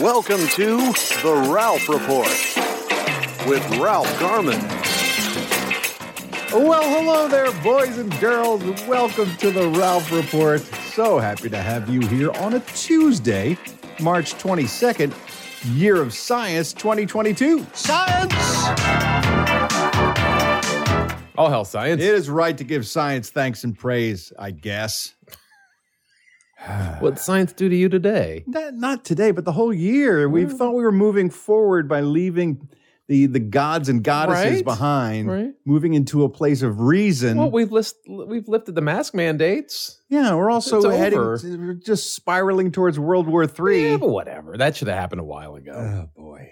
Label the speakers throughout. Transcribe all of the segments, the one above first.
Speaker 1: Welcome to The Ralph Report with Ralph Garman.
Speaker 2: Well, hello there, boys and girls. Welcome to the Ralph Report. So happy to have you here on a Tuesday, March 22nd, Year of Science 2022. Science!
Speaker 3: All hell science.
Speaker 2: It is right to give science thanks and praise, I guess.
Speaker 3: What'd science do to you today?
Speaker 2: Not, not today, but the whole year. We thought we were moving forward by leaving the, the gods and goddesses
Speaker 3: Right,
Speaker 2: behind,
Speaker 3: right.
Speaker 2: moving into a place of reason.
Speaker 3: Well, we've list, we've lifted the mask mandates.
Speaker 2: yeah, we're also
Speaker 3: It's
Speaker 2: heading,
Speaker 3: over.
Speaker 2: we're just spiraling towards World War III.
Speaker 3: Yeah, but whatever. That should have happened a while ago.
Speaker 2: Oh boy.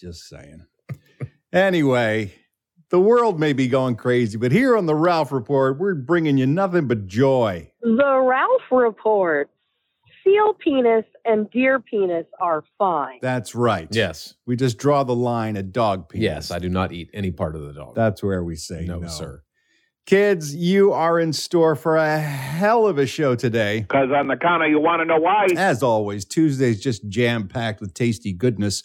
Speaker 2: Just saying. anyway, the world may be going crazy, but here on the Ralph Report, we're bringing you nothing but joy.
Speaker 4: The Ralph Report. Seal penis and deer penis are fine.
Speaker 2: That's right.
Speaker 3: Yes.
Speaker 2: We just draw the line at dog penis.
Speaker 3: Yes, I do not eat any part of the dog.
Speaker 2: That's where we say
Speaker 3: no,
Speaker 2: no,
Speaker 3: sir.
Speaker 2: Kids, you are in store for a hell of a show today.
Speaker 5: Because on the counter, you want to know why.
Speaker 2: As always, Tuesday's just jam packed with tasty goodness.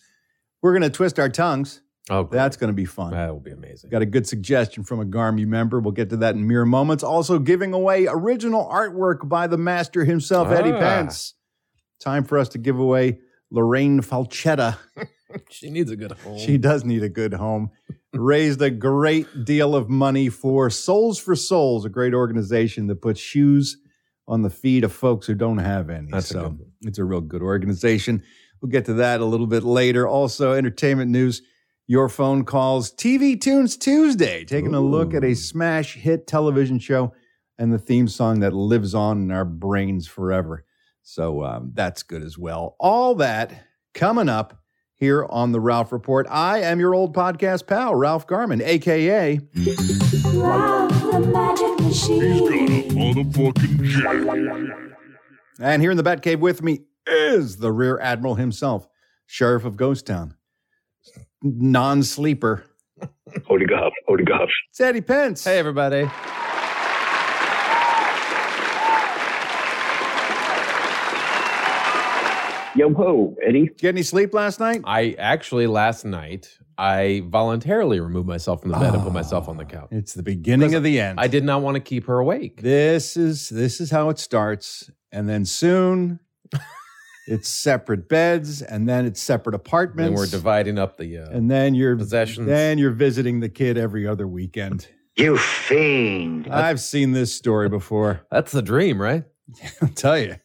Speaker 2: We're going to twist our tongues.
Speaker 3: Oh, great.
Speaker 2: That's going to be fun.
Speaker 3: that will be amazing.
Speaker 2: Got a good suggestion from a Garmy member. We'll get to that in mere moments. Also, giving away original artwork by the master himself, Eddie
Speaker 3: Ah.
Speaker 2: Pence. Time for us to give away Lorraine Falchetta.
Speaker 3: She needs a good home.
Speaker 2: She does need a good home. Raised a great deal of money for Souls for Souls, a great organization that puts shoes on the feet of folks who don't have any.
Speaker 3: That's a
Speaker 2: so
Speaker 3: good one.
Speaker 2: it's a real good organization. We'll get to that a little bit later. Also, entertainment news, your phone calls, TV Tunes Tuesday, taking a look at a
Speaker 3: Ooh.
Speaker 2: smash hit television show and the theme song that lives on in our brains forever. So um, that's good as well. All that coming up here on the Ralph Report. I am your old podcast pal, Ralph Garman, aka
Speaker 6: Ralph the Magic Machine.
Speaker 2: And here in the Batcave with me is the Rear Admiral himself, Sheriff of Ghost Town, non sleeper,
Speaker 5: Holy God, holy God.
Speaker 2: it's Eddie Pence.
Speaker 3: hey, everybody.
Speaker 5: Yo ho, Eddie.
Speaker 2: Did you get any sleep last night?
Speaker 3: I actually last night I voluntarily removed myself from the bed and put
Speaker 2: Ah.
Speaker 3: myself on the couch.
Speaker 2: It's the beginning of the end.
Speaker 3: Oh. I did not want to keep her awake.
Speaker 2: This is this is how it starts, and then soon it's separate beds, and then it's separate apartments,
Speaker 3: And we're dividing up the uh,
Speaker 2: and then you're
Speaker 3: possessions.
Speaker 2: then you're visiting the kid every other weekend.
Speaker 7: You fiend.
Speaker 2: I've seen this story before.
Speaker 3: That's the dream, right?
Speaker 2: I'll tell you,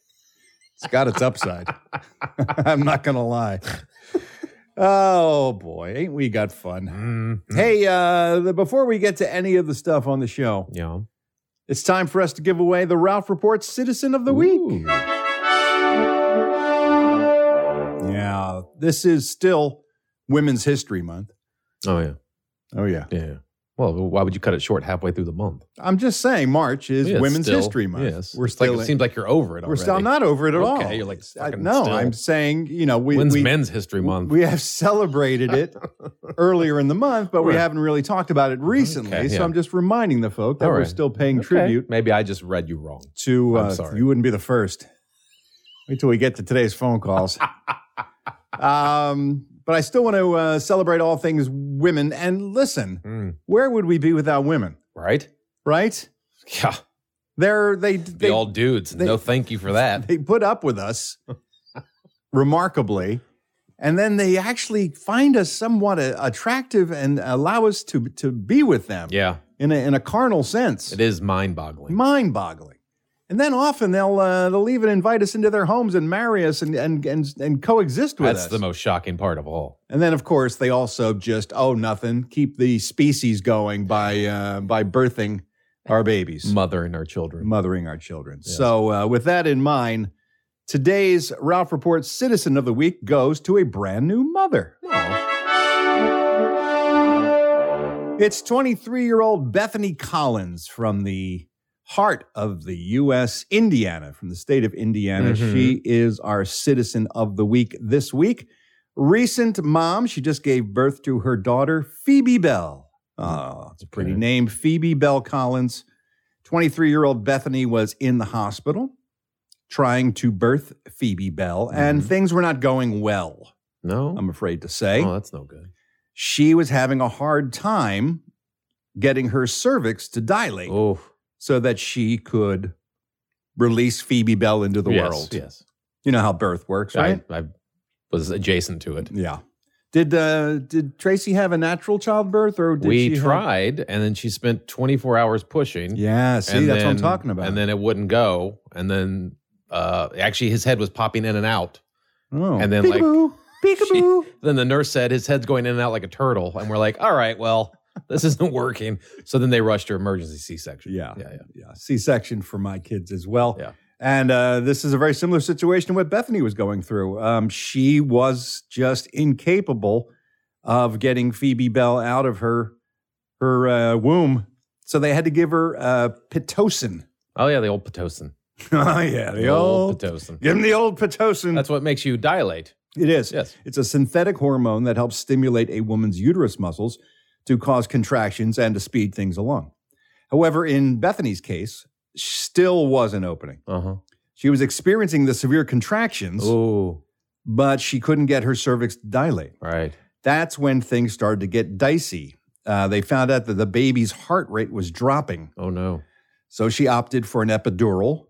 Speaker 2: it's got its upside. I'm not going to lie. Oh boy, ain't we got
Speaker 3: Mm-hmm.
Speaker 2: fun? Hey, uh, the, before we get to any of the stuff on the show,
Speaker 3: Yeah.
Speaker 2: it's time for us to give away the Ralph Report Citizen of the Week.
Speaker 3: Ooh.
Speaker 2: Yeah, this is still Women's History Month.
Speaker 3: Oh yeah.
Speaker 2: Oh yeah,
Speaker 3: Yeah. Well, why would you cut it short halfway through the month?
Speaker 2: I'm just saying March is
Speaker 3: Yeah,
Speaker 2: Women's
Speaker 3: still-
Speaker 2: History Month.
Speaker 3: Yes,
Speaker 2: we're
Speaker 3: It's
Speaker 2: still
Speaker 3: Like, it
Speaker 2: in-
Speaker 3: seems like you're over it.
Speaker 2: we're still
Speaker 3: already.
Speaker 2: not over it at
Speaker 3: Okay,
Speaker 2: all.
Speaker 3: you're like
Speaker 2: I-
Speaker 3: fucking
Speaker 2: no,
Speaker 3: still.
Speaker 2: I'm saying you know we
Speaker 3: When's
Speaker 2: we,
Speaker 3: Men's History Month?
Speaker 2: We have celebrated it earlier in the month, but we
Speaker 3: Right.
Speaker 2: haven't really talked about it recently.
Speaker 3: Okay,
Speaker 2: so
Speaker 3: yeah.
Speaker 2: I'm just reminding the folk that
Speaker 3: All
Speaker 2: we're
Speaker 3: right.
Speaker 2: still paying
Speaker 3: Okay.
Speaker 2: tribute
Speaker 3: Maybe I just read you wrong.
Speaker 2: to.
Speaker 3: I'm
Speaker 2: Uh,
Speaker 3: sorry.
Speaker 2: You wouldn't be the first. Wait till we get to today's phone calls. um, but I still want to uh, celebrate all things women. And listen,
Speaker 3: Mm,
Speaker 2: where would we be without women?
Speaker 3: right?
Speaker 2: Right?
Speaker 3: Yeah.
Speaker 2: They're they
Speaker 3: The
Speaker 2: they,
Speaker 3: old dudes.
Speaker 2: they-
Speaker 3: no, thank you for that.
Speaker 2: they put up with us remarkably and then they actually find us somewhat uh, attractive and allow us to to be with them
Speaker 3: yeah,
Speaker 2: in a in a carnal sense
Speaker 3: it is mind-boggling.
Speaker 2: mind-boggling and then often they'll uh, they'll even invite us into their homes and marry us and and and, and coexist with
Speaker 3: That's
Speaker 2: us
Speaker 3: the most shocking part of all.
Speaker 2: and then of course they also just oh nothing keep the species going by uh, by birthing our babies
Speaker 3: Mothering our children.
Speaker 2: mothering our children.
Speaker 3: Yes.
Speaker 2: So, uh, with that in mind, today's Ralph Report Citizen of the Week goes to a brand new mother.
Speaker 3: Aw.
Speaker 2: It's 23 year old Bethany Collins from the heart of the U.S., Indiana, from the state of Indiana.
Speaker 3: Mhm.
Speaker 2: She is our citizen of the week this week. Recent mom, she just gave birth to her daughter, Phoebe Bell. Oh, it's a pretty
Speaker 3: Hmm. Okay.
Speaker 2: name. Phoebe Bell Collins. 23 year old Bethany was in the hospital trying to birth Phoebe Bell, and
Speaker 3: Mhm.
Speaker 2: things were not going well,
Speaker 3: No.
Speaker 2: I'm afraid to say
Speaker 3: Oh, that's no good.
Speaker 2: she was having a hard time getting her cervix to dilate
Speaker 3: Oh,
Speaker 2: so that she could release Phoebe Bell into the
Speaker 3: yes,
Speaker 2: world.
Speaker 3: Yes.
Speaker 2: You know how birth works, right?
Speaker 3: I, I was adjacent to it.
Speaker 2: yeah. Did uh, did Tracy have a natural childbirth or did she
Speaker 3: we
Speaker 2: have-
Speaker 3: tried, and then she spent 24 hours pushing.
Speaker 2: yeah, see,
Speaker 3: and
Speaker 2: that's what I'm
Speaker 3: then-
Speaker 2: talking about.
Speaker 3: And then it wouldn't go. And then uh, actually, his head was popping in and out.
Speaker 2: oh.
Speaker 3: and then, like,
Speaker 2: like peekaboo.
Speaker 3: Then the nurse said his head's going in and out like a turtle. And we're like, all right, well, this isn't working. So then they rushed her emergency C section.
Speaker 2: Yeah.
Speaker 3: Yeah. Yeah.
Speaker 2: yeah, C-section for my kids as well.
Speaker 3: Yeah.
Speaker 2: And uh, this is a very similar situation to what Bethany was going through. Um, she was just incapable of getting Phoebe Bell out of her her uh, womb, so they had to give her uh, pitocin.
Speaker 3: Oh, yeah. The old Pitocin.
Speaker 2: oh yeah, the old,
Speaker 3: Pitocin.
Speaker 2: give him the old pitocin.
Speaker 3: That's what makes you dilate.
Speaker 2: it is.
Speaker 3: Yes.
Speaker 2: It's a synthetic hormone that helps stimulate a woman's uterus muscles to cause contractions and to speed things along. However, in Bethany's case, still was an opening.
Speaker 3: Uh huh.
Speaker 2: She was experiencing the severe contractions,
Speaker 3: Oh,
Speaker 2: but she couldn't get her cervix to dilate.
Speaker 3: right.
Speaker 2: That's when things started to get dicey. Uh, they found out that the baby's heart rate was dropping,
Speaker 3: Oh, no.
Speaker 2: so she opted for an epidural,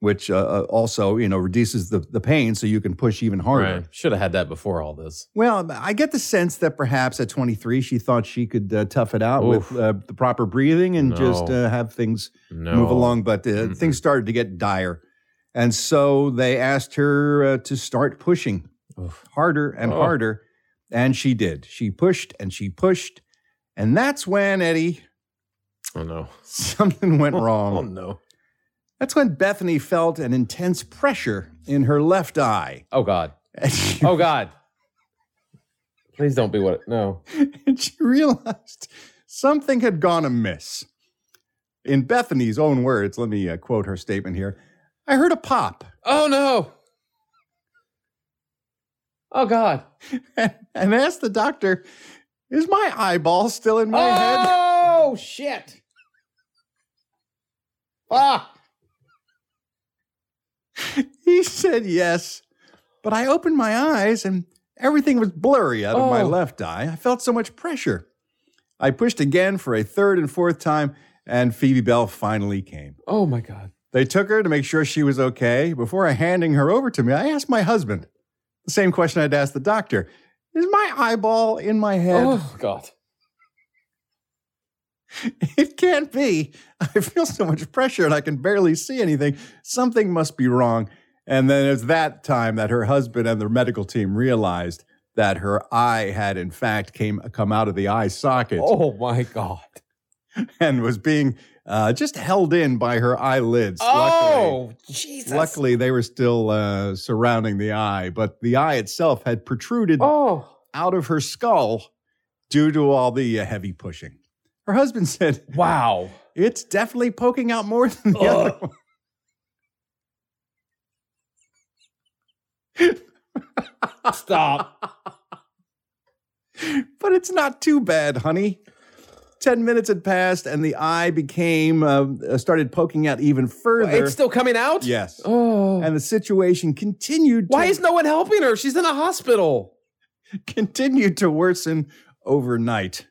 Speaker 2: which uh, uh, also you know reduces the, the pain, so you can push even harder.
Speaker 3: Right. Should have had that before all this.
Speaker 2: Well, I get the sense that perhaps at 23 she thought she could uh, tough it out
Speaker 3: Oof.
Speaker 2: with uh, the proper breathing and just
Speaker 3: No.
Speaker 2: uh, have things
Speaker 3: No.
Speaker 2: move along, but uh,
Speaker 3: Mm-mm.
Speaker 2: things started to get dire. And so they asked her uh, to start pushing
Speaker 3: Oof.
Speaker 2: harder and
Speaker 3: Oh.
Speaker 2: harder. And she did. She pushed and she pushed. And that's when, Eddie,
Speaker 3: Oh, no.
Speaker 2: something went
Speaker 3: Oh,
Speaker 2: wrong.
Speaker 3: no.
Speaker 2: That's when Bethany felt an intense pressure in her left eye.
Speaker 3: Oh, God.
Speaker 2: And she,
Speaker 3: Oh, God. Please don't be what. No.
Speaker 2: and she realized something had gone amiss. In Bethany's own words, let me uh, quote her statement here I heard a pop.
Speaker 3: Oh, no. Oh, God.
Speaker 2: and asked the doctor, "Is my eyeball still in my
Speaker 8: Ah!'
Speaker 2: head?"
Speaker 3: Oh shit! Ah,
Speaker 2: He said yes, but I opened my eyes and everything was blurry out of my
Speaker 3: Oh.
Speaker 2: left eye. I felt so much pressure. I pushed again for a third and fourth time, and Phoebe Bell finally came.
Speaker 3: oh my god!
Speaker 2: They took her to make sure she was okay. Before handing her over to me, I asked my husband the same question I'd asked the doctor: "Is my eyeball in my head?"
Speaker 3: Oh god!
Speaker 2: It can't be. I feel so much pressure and I can barely see anything. Something must be wrong. And then it's that time that her husband and the medical team realized that her eye had in fact came come out of the eye socket
Speaker 3: Oh my god!
Speaker 2: and was being uh, just held in by her eyelids.
Speaker 3: Oh Jesus!
Speaker 2: luckily, luckily they were still uh, surrounding the eye, but the eye itself had protruded
Speaker 3: Oh
Speaker 2: out of her skull due to all the uh, heavy pushing. Her husband said,
Speaker 3: wow!
Speaker 2: it's definitely poking out more than the
Speaker 3: Ugh.
Speaker 2: other one.
Speaker 3: Stop!
Speaker 2: But it's not too bad, honey. 10 minutes had passed and the eye became, uh, uh, started poking out even further.
Speaker 3: it's still coming out.
Speaker 2: yes.
Speaker 3: Oh.
Speaker 2: And the situation continued
Speaker 3: Why
Speaker 2: to,
Speaker 3: is no one helping her? She's in a hospital.
Speaker 2: continued to worsen overnight.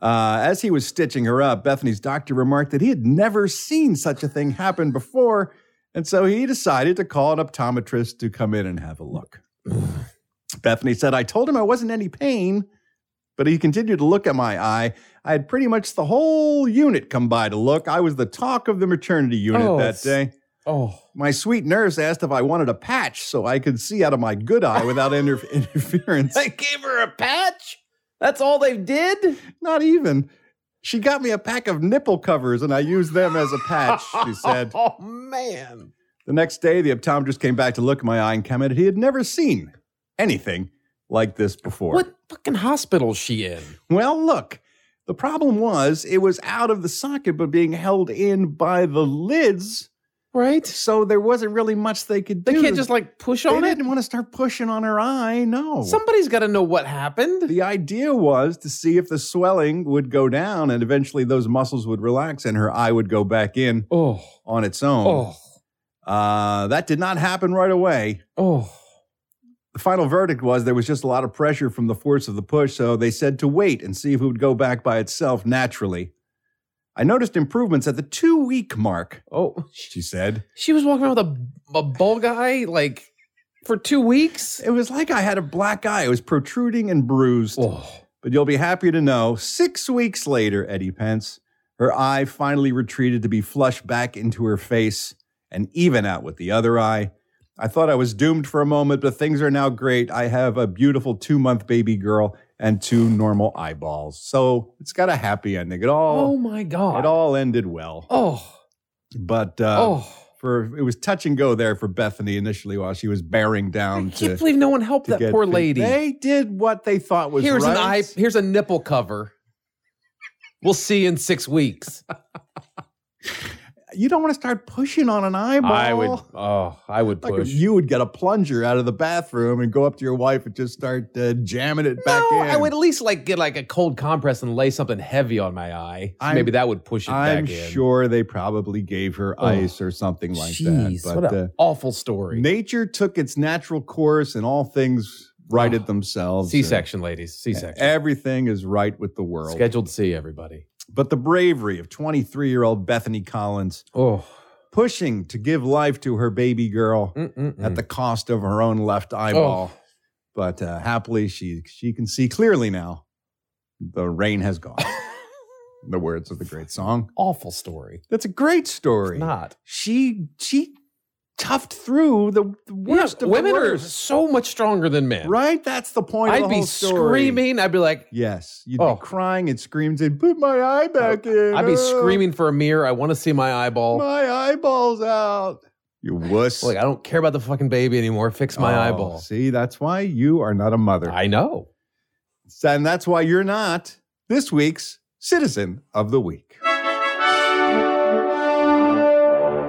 Speaker 2: Uh, as he was stitching her up, Bethany's doctor remarked that he had never seen such a thing happen before. And so he decided to call an optometrist to come in and have a look. Bethany said, I told him I wasn't any pain, but he continued to look at my eye. I had pretty much the whole unit come by to look. I was the talk of the maternity unit
Speaker 3: Oh,
Speaker 2: that
Speaker 3: it's-
Speaker 2: day.
Speaker 3: Oh.
Speaker 2: My sweet nurse asked if I wanted a patch so I could see out of my good eye without inter- interference.
Speaker 3: They gave her a patch. That's all they did.
Speaker 2: Not even. She got me a pack of nipple covers and I used them as a patch, she said.
Speaker 3: Oh man.
Speaker 2: The next day, the optometrist came back to look at my eye and commented he had never seen anything like this before.
Speaker 3: What fucking hospital is she in?
Speaker 2: Well, look, The problem was it was out of the socket, but being held in by the lids.
Speaker 8: Right?
Speaker 2: So there wasn't really much they could
Speaker 8: They
Speaker 2: do.
Speaker 8: can't just like push
Speaker 2: They
Speaker 8: on it.
Speaker 2: didn't want to start pushing on her eye. No.
Speaker 8: Somebody's got to know what happened.
Speaker 2: the idea was to see if the swelling would go down and eventually those muscles would relax and her eye would go back in
Speaker 8: Oh,
Speaker 2: on its own.
Speaker 8: oh,
Speaker 2: Uh, that did not happen right away.
Speaker 8: oh.
Speaker 2: The final verdict was there was just a lot of pressure from the force of the push, so they said to wait and see if it would go back by itself naturally. I noticed improvements at the two week mark,
Speaker 8: Oh,
Speaker 2: she said.
Speaker 8: she was walking around with a, a bug eye like for two weeks.
Speaker 2: It was like I had a black eye. It was protruding and bruised.
Speaker 8: Oh,
Speaker 2: But you'll be happy to know six weeks later, Eddie Pence, her eye finally retreated to be flushed back into her face and even out with the other eye. I thought I was doomed for a moment, but things are now great. I have a beautiful two month baby girl and two normal eyeballs. So it's got a happy ending. It
Speaker 8: oh
Speaker 2: all,
Speaker 8: my
Speaker 2: it
Speaker 8: God.
Speaker 2: all ended well.
Speaker 8: Oh,
Speaker 2: But uh,
Speaker 8: oh.
Speaker 2: for it was touch and go there for Bethany initially while she was bearing
Speaker 8: I
Speaker 2: down to,
Speaker 8: can't believe no one helped
Speaker 2: to
Speaker 8: that
Speaker 2: get
Speaker 8: poor
Speaker 2: things.
Speaker 8: lady.
Speaker 2: They did what they thought was
Speaker 8: here's
Speaker 2: right.
Speaker 8: an eye. Here's a nipple cover. We'll see you in six weeks.
Speaker 2: you don't want to start pushing on an eyeball.
Speaker 8: I would. Oh, I would
Speaker 2: Like
Speaker 8: push.
Speaker 2: you would get a plunger out of the bathroom and go up to your wife and just start uh, jamming it back
Speaker 8: no,
Speaker 2: in.
Speaker 8: I would at least like get like a cold compress and lay something heavy on my eye.
Speaker 2: I'm-
Speaker 8: Maybe that would push it
Speaker 2: I'm
Speaker 8: back in.
Speaker 2: sure they probably gave her
Speaker 8: Oh,
Speaker 2: ice or something like
Speaker 8: Jeez,
Speaker 2: that.
Speaker 8: what
Speaker 2: But
Speaker 8: an
Speaker 2: uh,
Speaker 8: awful story.
Speaker 2: nature took its natural course and all things righted
Speaker 8: Oh,
Speaker 2: themselves.
Speaker 8: C-section, ladies.
Speaker 2: And
Speaker 8: C-section.
Speaker 2: Everything is right with the world.
Speaker 8: Scheduled C, everybody.
Speaker 2: But the bravery of 23 year old Bethany Collins
Speaker 8: Oh,
Speaker 2: pushing to give life to her baby girl at
Speaker 8: at
Speaker 2: the cost of her own left
Speaker 8: Oh.
Speaker 2: eyeball. But uh, happily, she she can see clearly now. The rain has gone. the words of the great song.
Speaker 8: awful story.
Speaker 2: That's a great
Speaker 8: It's
Speaker 2: story.
Speaker 8: Not
Speaker 2: She she toughed through the, the worst
Speaker 8: Yeah,
Speaker 2: of
Speaker 8: women
Speaker 2: the
Speaker 8: are
Speaker 2: worst.
Speaker 8: so much stronger than men.
Speaker 2: Right? That's the point. of
Speaker 8: I'd
Speaker 2: the
Speaker 8: be
Speaker 2: whole story.
Speaker 8: screaming. I'd be like,
Speaker 2: Yes, you'd
Speaker 8: Oh.
Speaker 2: be crying and screams and put my eye back in.
Speaker 8: I'd be
Speaker 2: Oh,
Speaker 8: screaming for a mirror. I want to see my eyeball.
Speaker 2: My eyeballs out. You wuss.
Speaker 8: Like, I don't care about the fucking baby anymore. Fix my
Speaker 2: Oh,
Speaker 8: eyeball.
Speaker 2: See, that's why you are not a mother.
Speaker 8: I know.
Speaker 2: And that's why you're not this week's Citizen of the Week.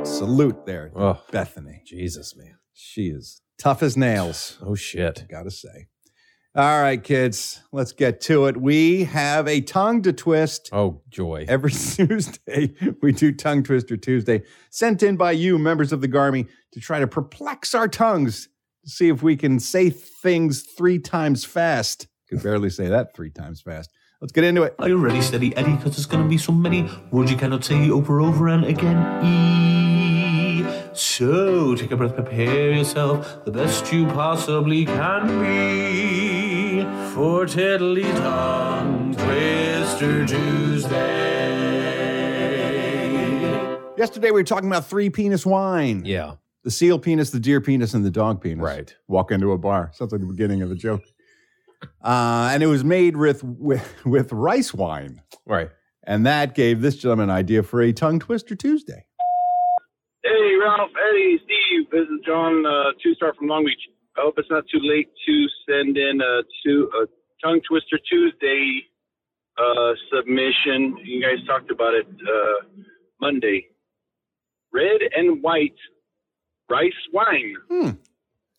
Speaker 2: Salute there,
Speaker 8: Oh,
Speaker 2: Bethany.
Speaker 8: Jesus, man.
Speaker 2: She is tough as nails,
Speaker 8: Oh, shit.
Speaker 2: gotta say. All right, kids, let's get to it. We have a tongue to twist.
Speaker 8: Oh, joy.
Speaker 2: Every Tuesday, we do Tongue Twister Tuesday, sent in by you, members of the Garmy, to try to perplex our tongues to see if we can say things three times fast. Can barely say that three times fast. Let's get into it.
Speaker 9: Are you ready, steady Eddie? Because there's going to be so many words you cannot say over over and again. E. So take a breath, prepare yourself the best you possibly can be for Tiddly Tongue Twister Tuesday.
Speaker 2: Yesterday, we were talking about three penis wine
Speaker 8: Yeah,
Speaker 2: the seal penis, the deer penis, and the dog penis.
Speaker 8: right.
Speaker 2: Walk into a bar. Sounds like the beginning of a joke. Uh, and it was made with, with, with rice wine.
Speaker 8: Right.
Speaker 2: And that gave this gentleman an idea for a Tongue Twister Tuesday.
Speaker 10: Hey, Ralph, Eddie, Steve. This is John, uh, two star from Long Beach. I hope it's not too late to send in a, two, a tongue twister Tuesday uh, submission. You guys talked about it uh, Monday. Red and white rice wine.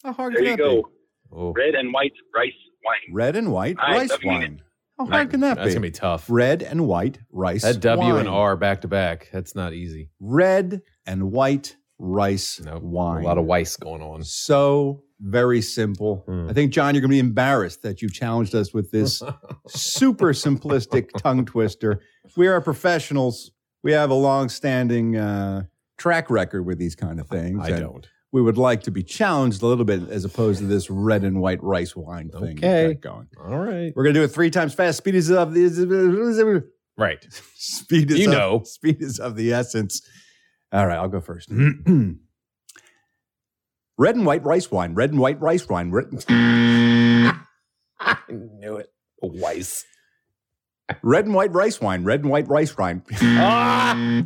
Speaker 2: How hard
Speaker 10: There
Speaker 2: can
Speaker 10: you
Speaker 2: that be?
Speaker 10: go.
Speaker 8: Oh,
Speaker 10: Red and white rice wine.
Speaker 2: Red and white
Speaker 10: I
Speaker 2: rice
Speaker 10: love you.
Speaker 2: wine. How hard can that
Speaker 8: that's
Speaker 2: be?
Speaker 8: gonna be tough.
Speaker 2: Red and white rice.
Speaker 8: That W
Speaker 2: wine.
Speaker 8: and R back to back. That's not easy.
Speaker 2: Red and white rice
Speaker 8: No,
Speaker 2: wine.
Speaker 8: a lot of Weiss going on.
Speaker 2: So very simple.
Speaker 8: Hmm.
Speaker 2: I think John, you're going to be embarrassed that you challenged us with this super simplistic tongue twister. We are professionals. We have a long-standing uh, track record with these kind of things.
Speaker 8: I
Speaker 2: and
Speaker 8: don't.
Speaker 2: We would like to be challenged a little bit as opposed to this red and white rice wine thing you've
Speaker 8: Okay.
Speaker 2: got going.
Speaker 8: All right.
Speaker 2: We're gonna do it three times fast. Speed is of the
Speaker 8: Right.
Speaker 2: speed is
Speaker 8: You
Speaker 2: of-
Speaker 8: know.
Speaker 2: speed is of the essence. All right, I'll go first. red and white rice wine. Red and white rice wine. Red,
Speaker 8: I knew it. Weiss.
Speaker 2: red and white rice wine. Red and white rice wine.
Speaker 8: Ah!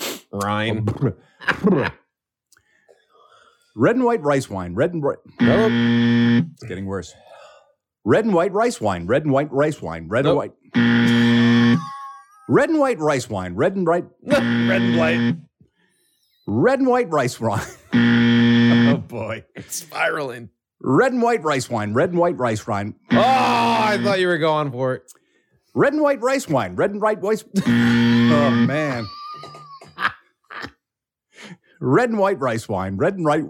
Speaker 8: Oh, Ryan.
Speaker 2: red and white rice wine. Red and white.
Speaker 8: Nope.
Speaker 2: It's getting worse. Red and white rice wine. Red and white rice wine. Red
Speaker 8: Nope.
Speaker 2: and white. Red and white rice wine. Red and white. red and white. Red and white rice wine. oh boy.
Speaker 8: It's spiraling.
Speaker 2: Red and white rice wine. Red and white rice wine.
Speaker 8: Oh, I thought you were going for it.
Speaker 2: Red and white rice wine. Red and white rice. oh man. Red and white rice wine. Red and white.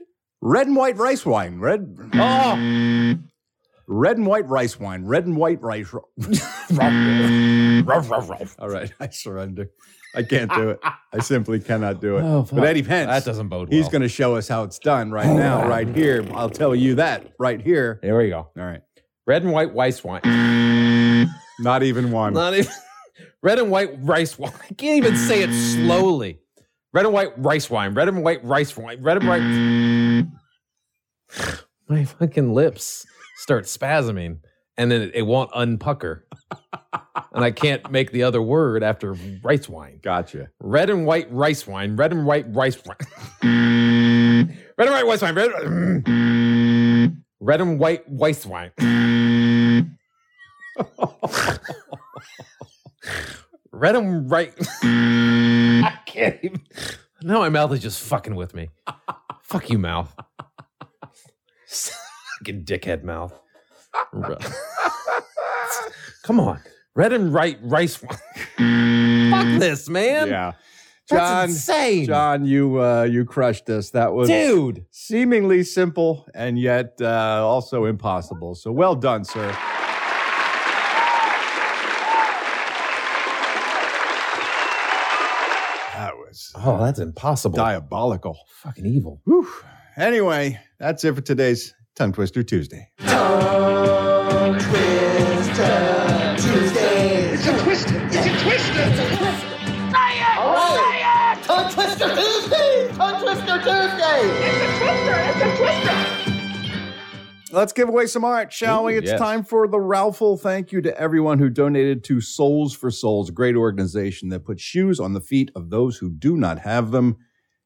Speaker 2: Red and white rice wine. Red.
Speaker 8: Oh,
Speaker 2: Red and white rice wine. Red and white rice. All right, I surrender. I can't do it. I simply cannot do it.
Speaker 8: Oh, fuck.
Speaker 2: but Eddie Pence,
Speaker 8: that doesn't bode well. Oh.
Speaker 2: he's going to show us how it's done right now, right here. I'll tell you that right here.
Speaker 8: There we go.
Speaker 2: All right,
Speaker 8: Red and white rice wine.
Speaker 2: not even one.
Speaker 8: Not even red and white rice wine. I can't even say it slowly. Red and white rice wine. Red and white rice wine. Red and white. My fucking lips start spasming, and then it, it won't unpucker, and I can't make the other word after rice wine.
Speaker 2: Gotcha.
Speaker 8: Red and white rice wine. Red and white rice wine. red and white rice wine. Red, red and white rice wine. red and white. I can't even. No, my mouth is just fucking with me. Fuck you, mouth. fucking dickhead mouth. Re- Come on. Red and white rice wine. Fuck this, man.
Speaker 2: Yeah,
Speaker 8: That's
Speaker 2: John.
Speaker 8: insane.
Speaker 2: John, you uh, you crushed us. That was
Speaker 8: Dude.
Speaker 2: seemingly simple and yet uh, also impossible. So well done, sir. That was
Speaker 8: Oh, that's impossible.
Speaker 2: diabolical.
Speaker 8: Fucking evil.
Speaker 2: Whew. Anyway, that's it for today's Tongue Twister Tuesday. Let's give away some art, shall we?
Speaker 8: Ooh,
Speaker 2: It's
Speaker 8: yes.
Speaker 2: time for the Ralphful. Thank you to everyone who donated to Souls for Souls, a great organization that puts shoes on the feet of those who do not have them.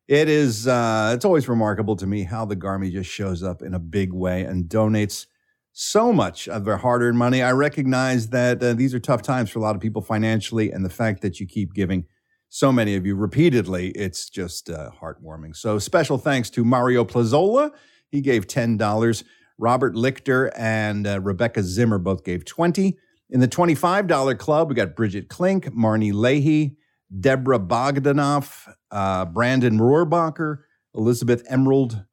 Speaker 2: It is uh, it's always remarkable to me how the Garmy just shows up in a big way and donates so much of their hard-earned money. I recognize that uh, these are tough times for a lot of people financially, and the fact that you keep giving so many of you repeatedly, it's just uh, heartwarming. So special thanks to Mario Plazola. He gave ten dollars. Robert Lichter and uh, Rebecca Zimmer both gave 20. In the $25 club, we got Bridget Klink, Marnie Leahy, Deborah Bogdanoff, uh, Brandon Rohrbacher, Elizabeth Emerald,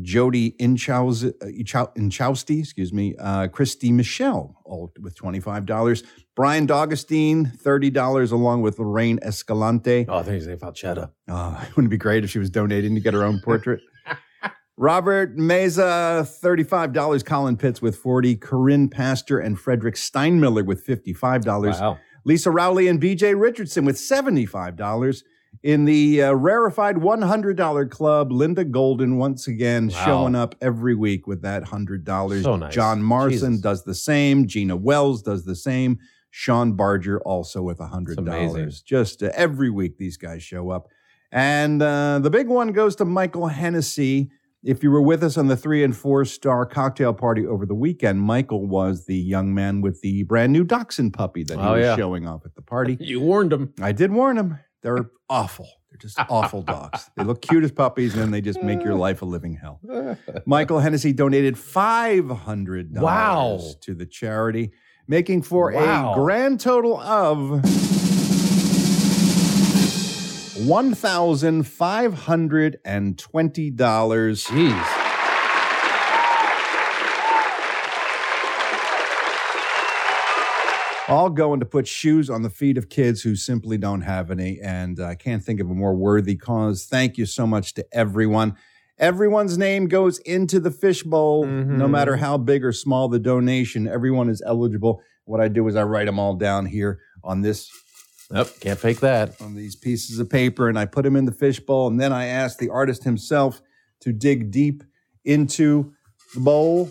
Speaker 2: Jody Inchaus, uh, Inchau- Inchausti, excuse me, uh, Christy Michelle, all with $25. Brian D'Augustine, $30, along with Lorraine Escalante.
Speaker 8: Oh, I think he's Falchetta.
Speaker 2: Uh, wouldn't it be great if she was donating to get her own portrait? Robert Meza, $35. Colin Pitts with 40 Corinne Pastor and Frederick Steinmiller with $55.
Speaker 8: Wow.
Speaker 2: Lisa Rowley and BJ Richardson with $75. In the uh, rarefied $100 club, Linda Golden once again
Speaker 8: Wow.
Speaker 2: showing up every week with that $100.
Speaker 8: So nice.
Speaker 2: John Marson
Speaker 8: Jesus.
Speaker 2: does the same. Gina Wells does the same. Sean Barger also with
Speaker 8: amazing.
Speaker 2: $100. Just uh, every week these guys show up. And uh, the big one goes to Michael Hennessy. If you were with us on the three and four star cocktail party over the weekend, Michael was the young man with the brand new dachshund puppy that he
Speaker 8: Oh,
Speaker 2: was
Speaker 8: yeah.
Speaker 2: showing off at the party.
Speaker 8: You warned him.
Speaker 2: I did warn him. They're awful. They're just awful dogs. They look cute as puppies, and then they just make your life a living hell. Michael Hennessy donated five hundred dollars
Speaker 8: Wow.
Speaker 2: to the charity, making for
Speaker 8: Wow.
Speaker 2: a grand total of one thousand five hundred and twenty dollars.
Speaker 8: Jeez.
Speaker 2: all going to put shoes on the feet of kids who simply don't have any. And I can't think of a more worthy cause. Thank you so much to everyone. Everyone's name goes into the fishbowl,
Speaker 8: Mhm.
Speaker 2: no matter how big or small the donation. Everyone is eligible. What I do is I write them all down here on this
Speaker 8: Nope, can't fake that.
Speaker 2: on these pieces of paper and I put them in the fishbowl. And then I asked the artist himself to dig deep into the bowl,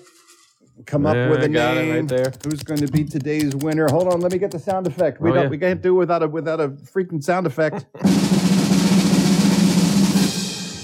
Speaker 2: come
Speaker 8: There,
Speaker 2: up with a
Speaker 8: got it
Speaker 2: name.
Speaker 8: right there.
Speaker 2: Who's going to be today's winner? Hold on, let me get the sound effect. We
Speaker 8: Oh,
Speaker 2: don't,
Speaker 8: yeah.
Speaker 2: we can't do without a without a freaking sound effect.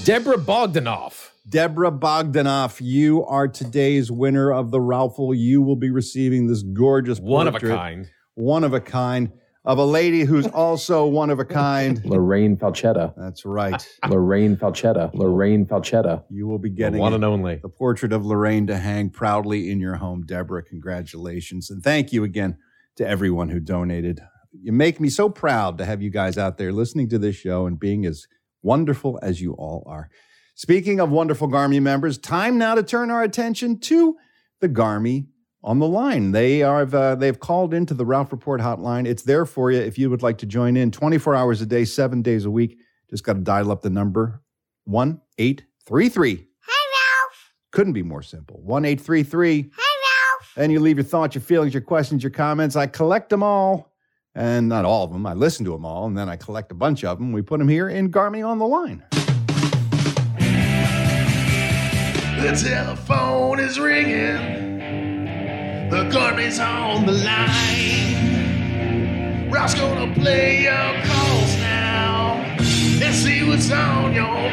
Speaker 8: Deborah Bogdanoff.
Speaker 2: Deborah Bogdanoff, you are today's winner of the Ralphel. You will be receiving this gorgeous
Speaker 8: One of a
Speaker 2: portrait.
Speaker 8: kind.
Speaker 2: one of a kind of a lady who's also one of a kind.
Speaker 11: Lorraine Falchetta.
Speaker 2: That's right.
Speaker 3: Ah.
Speaker 11: Lorraine Falchetta. Lorraine Falchetta.
Speaker 2: You will be getting
Speaker 3: one
Speaker 2: it.
Speaker 3: and only.
Speaker 2: the portrait of Lorraine to hang proudly in your home, Deborah. Congratulations. And thank you again to everyone who donated. You make me so proud to have you guys out there listening to this show and being as wonderful as you all are. Speaking of wonderful Garmy members, time now to turn our attention to the Garmy on the line. They are uh, they've called into the Ralph Report hotline. It's there for you if you would like to join in 24 hours a day, 7 days a week. Just got to dial up the number 1833. Hi Ralph. Couldn't be more simple. 1833. Hi Ralph. And you leave your thoughts, your feelings, your questions, your comments. I collect them all. And not all of them. I listen to them all, and then I collect a bunch of them. We put them here in Garmy on the line.
Speaker 12: The telephone is ringing. The garbage on the line. Ralph's gonna play your calls now and see what's on your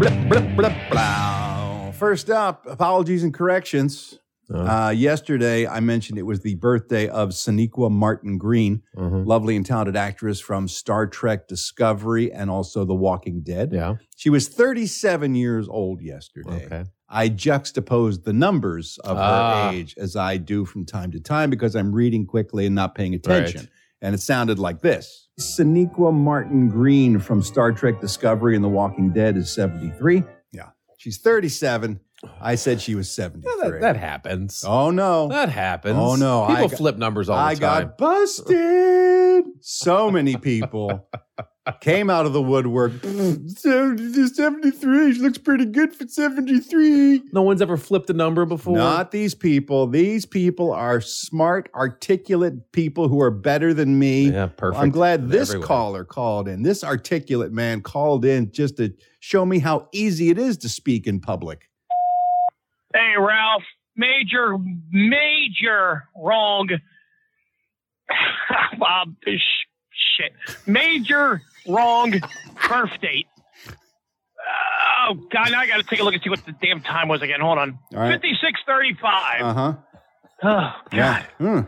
Speaker 2: Blah, blah, blah, blah. First up, apologies and corrections.
Speaker 3: Uh-huh.
Speaker 2: Uh, yesterday, I mentioned it was the birthday of Sonequa Martin Green, lovely and talented actress from Star Trek Discovery and also The Walking Dead.
Speaker 3: Yeah.
Speaker 2: She was 37 years old yesterday.
Speaker 3: Okay.
Speaker 2: I juxtaposed the numbers of her
Speaker 3: Ah.
Speaker 2: age as I do from time to time because I'm reading quickly and not paying attention. And it sounded like this Sonequa Martin Green from Star Trek Discovery and The Walking Dead is 73. Yeah. She's 37. I said she was 73.
Speaker 3: That, that happens.
Speaker 2: Oh no.
Speaker 3: That happens.
Speaker 2: Oh, no, I
Speaker 3: People
Speaker 2: got-
Speaker 3: flip numbers all
Speaker 2: I
Speaker 3: the time.
Speaker 2: got busted. so many people came out of the woodwork. So, she's 73. She looks pretty good for 73.
Speaker 3: no one's ever flipped a number before.
Speaker 2: Not these people. These people are smart, articulate people who are better than me.
Speaker 3: yeah, perfect.
Speaker 2: I'm glad
Speaker 3: in
Speaker 2: this
Speaker 3: every way.
Speaker 2: caller called in. This articulate man called in just to show me how easy it is to speak in public.
Speaker 13: Hey, Ralph, major, major wrong. Bob, sh- shit. Major wrong birth date. Oh, God, now I got to take a look and see what the damn time was again. Hold on.
Speaker 2: All right.
Speaker 13: 5635.
Speaker 2: Uh huh.
Speaker 13: Oh,
Speaker 2: Yeah. Hmm.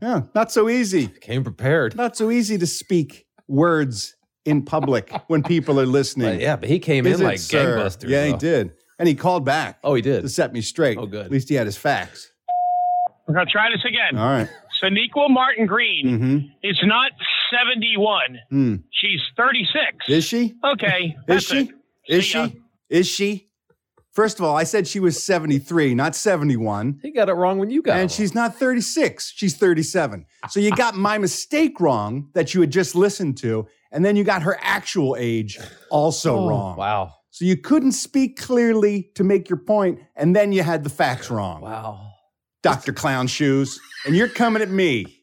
Speaker 2: Yeah. Not so easy.
Speaker 3: Came prepared.
Speaker 2: Not so easy to speak words in public when people are listening.
Speaker 3: But yeah, but he came
Speaker 2: Is
Speaker 3: in
Speaker 2: it,
Speaker 3: like
Speaker 2: sir?
Speaker 3: gangbusters.
Speaker 2: Yeah, he
Speaker 3: though.
Speaker 2: did. And he called back
Speaker 3: Oh, he did.
Speaker 2: to set me straight.
Speaker 3: Oh, good.
Speaker 2: At least he had his facts.
Speaker 13: We're going to try this again.
Speaker 2: All right.
Speaker 13: Sonequa Martin Green
Speaker 2: Mm-hmm.
Speaker 13: is not 71.
Speaker 2: Hmm.
Speaker 13: She's 36.
Speaker 2: Is she?
Speaker 13: Okay.
Speaker 2: Is
Speaker 13: that's
Speaker 2: she?
Speaker 13: it.
Speaker 2: Is
Speaker 13: See ya.
Speaker 2: she? Is she? First of all, I said she was 73, not 71.
Speaker 3: He got it wrong when you got
Speaker 2: and
Speaker 3: it.
Speaker 2: she's not 36, she's 37. So you got my mistake wrong that you had just listened to, and then you got her actual age also
Speaker 3: wrong.
Speaker 2: wrong.
Speaker 3: Oh, Wow.
Speaker 2: So you couldn't speak clearly to make your point, and then you had the facts wrong.
Speaker 3: Wow.
Speaker 2: Dr. Clown Shoes, and you're coming at me.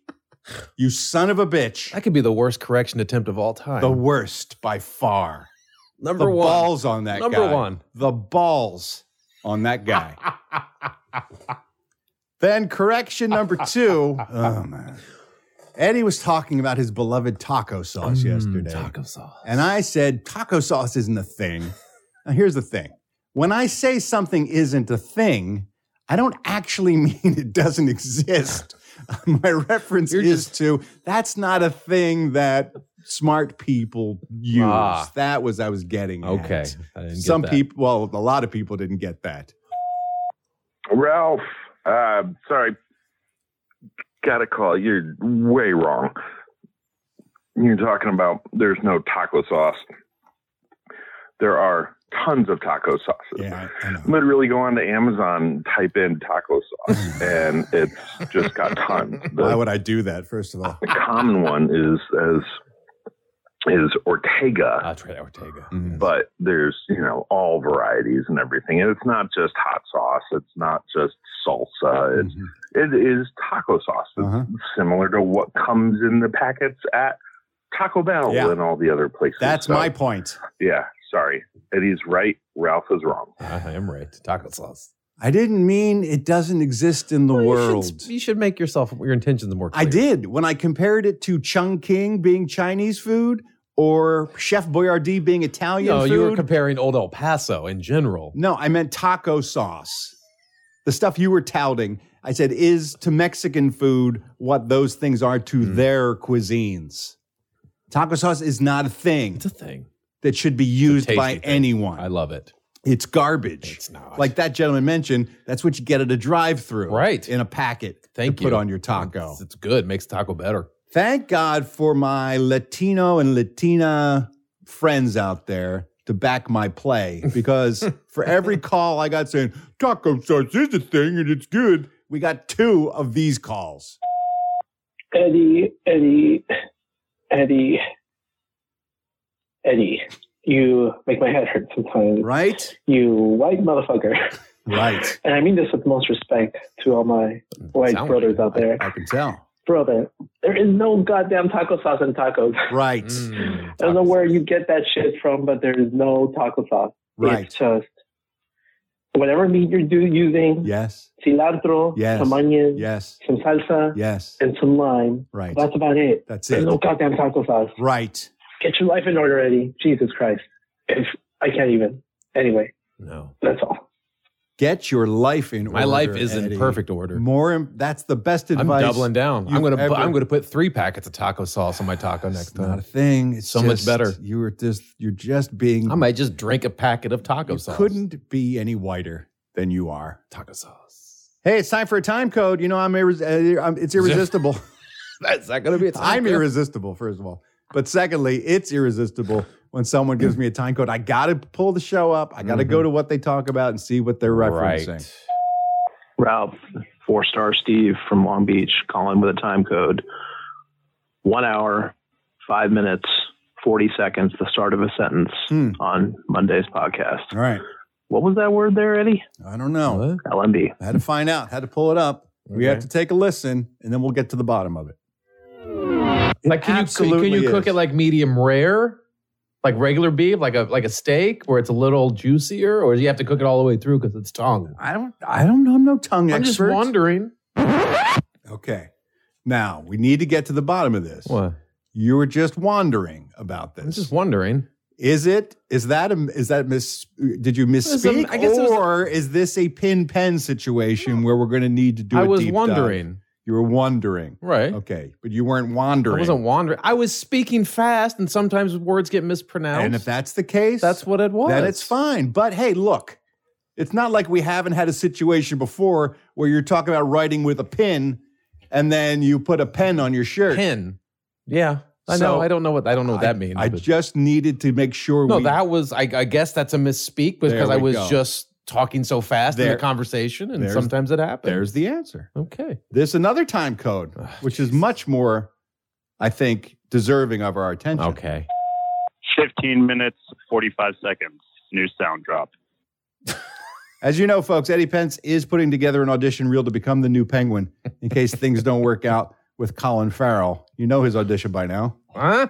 Speaker 2: You son of a bitch.
Speaker 3: That could be the worst correction attempt of all time.
Speaker 2: The worst by far.
Speaker 3: number
Speaker 2: the
Speaker 3: one.
Speaker 2: balls on that
Speaker 3: Number
Speaker 2: guy.
Speaker 3: one.
Speaker 2: The balls on that guy. then correction number two. Oh, man. Eddie was talking about his beloved taco sauce
Speaker 3: Mm,
Speaker 2: yesterday.
Speaker 3: Taco sauce.
Speaker 2: And I said, taco sauce isn't a thing. Now, here's the thing when I say something isn't a thing, I don't actually mean it doesn't exist. My reference is to that's not a thing that smart people use.
Speaker 3: Ah.
Speaker 2: That was I was getting. at.
Speaker 3: Okay. I didn't get
Speaker 2: Some
Speaker 3: that.
Speaker 2: people, well, a lot of people didn't get that.
Speaker 5: Ralph, uh, sorry, gotta call. You're way wrong. You're talking about there's no taco sauce. There are tons of taco sauces.
Speaker 2: Yeah, I, I know.
Speaker 5: Literally go on to Amazon, type in taco sauce, and it's just got tons.
Speaker 2: Why
Speaker 5: The,
Speaker 2: would I do that? First of all,
Speaker 5: the common one is as is Ortega,
Speaker 8: Ah,
Speaker 2: Uh,
Speaker 3: I'll try Ortega.
Speaker 5: but there's you know all varieties and everything. And it's not just hot sauce. It's not just salsa. It's
Speaker 2: Mhm.
Speaker 5: it is taco sauce. It's
Speaker 2: Uh-huh.
Speaker 5: similar to what comes in the packets at Taco Bell
Speaker 2: Yeah.
Speaker 5: and all the other places.
Speaker 2: that's
Speaker 5: So,
Speaker 2: my point.
Speaker 5: yeah. Sorry, Eddie's right. Ralph is wrong.
Speaker 3: I am right. Taco sauce.
Speaker 2: I didn't mean it doesn't exist in the
Speaker 3: Well, you should
Speaker 2: world.
Speaker 3: sp- You should, make yourself your intentions more clear.
Speaker 2: I did when I compared it to Chung King being Chinese food or Chef Boyardee being Italian
Speaker 3: No,
Speaker 2: food. Mm.
Speaker 3: you were comparing Old El Paso in general.
Speaker 2: no, I meant taco sauce. the stuff you were touting, I said, is to Mexican food what those things are to
Speaker 8: Mm.
Speaker 2: their cuisines. Taco sauce is not a thing. It's
Speaker 8: a thing
Speaker 2: that should be used by
Speaker 8: thing.
Speaker 2: anyone.
Speaker 8: I love it.
Speaker 2: It's garbage. It's not. Like that gentleman mentioned, that's what you get at a drive-through.
Speaker 8: Right.
Speaker 2: In a packet.
Speaker 8: Thank
Speaker 2: to
Speaker 8: you.
Speaker 2: Put on your taco.
Speaker 8: It's good. Makes taco better.
Speaker 2: Thank God for my Latino and Latina friends out there to back my play because for every call I got saying, taco sauce is a thing and it's good, we got two of these calls.
Speaker 14: Eddie, Eddie, Eddie, Eddie, you make my head hurt sometimes.
Speaker 2: Right?
Speaker 14: You white motherfucker.
Speaker 2: Right.
Speaker 14: And I mean this with most respect to all my white
Speaker 2: Sound
Speaker 14: brothers out there.
Speaker 2: I can tell.
Speaker 14: Brother, there is no goddamn taco sauce in tacos.
Speaker 2: Right.
Speaker 8: Mm.
Speaker 14: I don't know where you get that shit from, but there is no taco sauce.
Speaker 2: Right.
Speaker 14: It's just whatever meat you're do- using,
Speaker 2: Yes.
Speaker 14: cilantro,
Speaker 2: Yes.
Speaker 14: some onion,
Speaker 2: Yes.
Speaker 14: some salsa,
Speaker 2: Yes.
Speaker 14: and some lime.
Speaker 2: Right.
Speaker 14: That's about it.
Speaker 2: That's
Speaker 14: There's
Speaker 2: it.
Speaker 14: no goddamn taco sauce.
Speaker 2: Right.
Speaker 14: Get your life in order, Eddie. Jesus Christ. If I can't even. Anyway,
Speaker 8: No.
Speaker 14: that's all.
Speaker 2: Get your life in order.
Speaker 8: My life is in
Speaker 2: Eddie.
Speaker 8: perfect order.
Speaker 2: More. im- That's the best
Speaker 8: I'm
Speaker 2: advice.
Speaker 8: doubling down. I'm
Speaker 2: you've
Speaker 8: gonna
Speaker 2: ever-
Speaker 8: put, I'm gonna put three packets of taco sauce on my taco next
Speaker 2: Not a
Speaker 8: time.
Speaker 2: thing. It's
Speaker 8: So much
Speaker 2: just-
Speaker 8: better.
Speaker 2: You were just. You're just being.
Speaker 8: I might just drink a packet of taco
Speaker 2: you
Speaker 8: sauce.
Speaker 2: couldn't be any whiter than you are.
Speaker 8: taco sauce.
Speaker 2: Hey, it's time for a time code. You know, I'm. Irres- uh, I'm it's irresistible.
Speaker 8: That's not gonna be a time
Speaker 2: I'm
Speaker 8: code.
Speaker 2: irresistible, first of all. But secondly, it's irresistible when someone gives me a time code. I got to pull the show up. I got to go to what they talk about and see what they're referencing.
Speaker 15: Ralph, four star Steve from Long Beach, calling with a time code. One hour, five minutes, 40 seconds, the start of a sentence on Monday's podcast.
Speaker 2: Hmm. All right.
Speaker 15: What was that word there, Eddie?
Speaker 2: I don't know.
Speaker 15: LMB.
Speaker 2: I had to find out, had to pull it up. We have to take a listen and then we'll get to the bottom of it.
Speaker 8: Like can you
Speaker 2: absolutely
Speaker 8: can you cook
Speaker 2: is.
Speaker 8: it like medium rare? Like regular beef, like a like a steak where it's a little juicier, or do you have to cook it all the way through because it's tongue?
Speaker 2: I don't I don't know. I'm no tongue
Speaker 8: I'm just
Speaker 2: expert.
Speaker 8: wondering.
Speaker 2: Okay. Now we need to get to the bottom of this.
Speaker 8: What?
Speaker 2: You were just wondering about this.
Speaker 8: I'm just wondering.
Speaker 2: Is it? Is that a? Is that mis? Did you
Speaker 8: was a-
Speaker 2: misspeak?
Speaker 8: I guess it was a-
Speaker 2: or is this a pin pen situation where we're going to need to do?
Speaker 8: I
Speaker 2: a
Speaker 8: was
Speaker 2: deep dive?
Speaker 8: wondering.
Speaker 2: You were wondering,
Speaker 8: Right.
Speaker 2: Okay, but you weren't wandering.
Speaker 8: I wasn't wandering. I was speaking fast, and sometimes words get mispronounced.
Speaker 2: And if that's the case,
Speaker 8: that's what it was.
Speaker 2: then it's fine. But hey, look, it's not like we haven't had a situation before where you're talking about writing with a pin, and then you put a pen on your shirt.
Speaker 8: Pin. Yeah, I
Speaker 2: So-
Speaker 8: know. I don't know what I don't know what that means.
Speaker 2: I
Speaker 8: but-
Speaker 2: just needed to make sure.
Speaker 8: no,
Speaker 2: we,
Speaker 8: that was. I, I guess that's a misspeak
Speaker 2: There
Speaker 8: because I
Speaker 2: we
Speaker 8: was
Speaker 2: go.
Speaker 8: just talking so fast in
Speaker 2: There-
Speaker 8: the conversation, and
Speaker 2: there's-
Speaker 8: sometimes it happens.
Speaker 2: There's the answer.
Speaker 8: okay.
Speaker 2: This another time code, which is much more, I think, deserving of our attention.
Speaker 8: Okay.
Speaker 16: 15 minutes, 45 seconds. New sound drop.
Speaker 2: As you know, folks, Eddie Pence is putting together an audition reel to become the new Penguin in case things don't work out with Colin Farrell. You know his audition by now.
Speaker 8: Huh?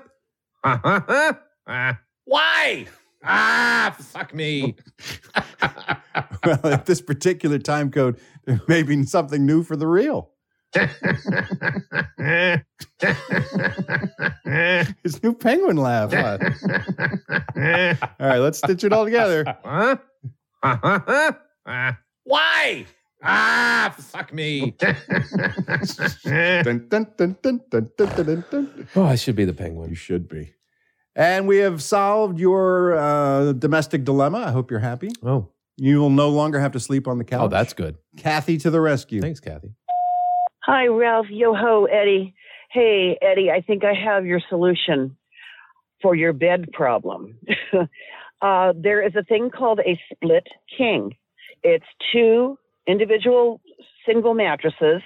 Speaker 8: Why? Ah, fuck me.
Speaker 2: well, at this particular time code, there may be something new for the reel. His new penguin laugh. huh? all right, let's stitch it all together.
Speaker 8: Huh? Why? Ah, fuck me.
Speaker 2: Dun, dun, dun, dun, dun, dun, dun, dun, dun.
Speaker 8: oh, I should be the penguin.
Speaker 2: You should be. And we have solved your uh, domestic dilemma. I hope you're happy.
Speaker 8: Oh,
Speaker 2: You will no longer have to sleep on the couch.
Speaker 8: oh, that's good.
Speaker 2: Kathy to the rescue.
Speaker 8: Thanks, Kathy.
Speaker 17: Hi, Ralph. Yo ho, Eddie. Hey, Eddie, I think I have your solution for your bed problem. uh, there is a thing called a split king, it's two individual single mattresses,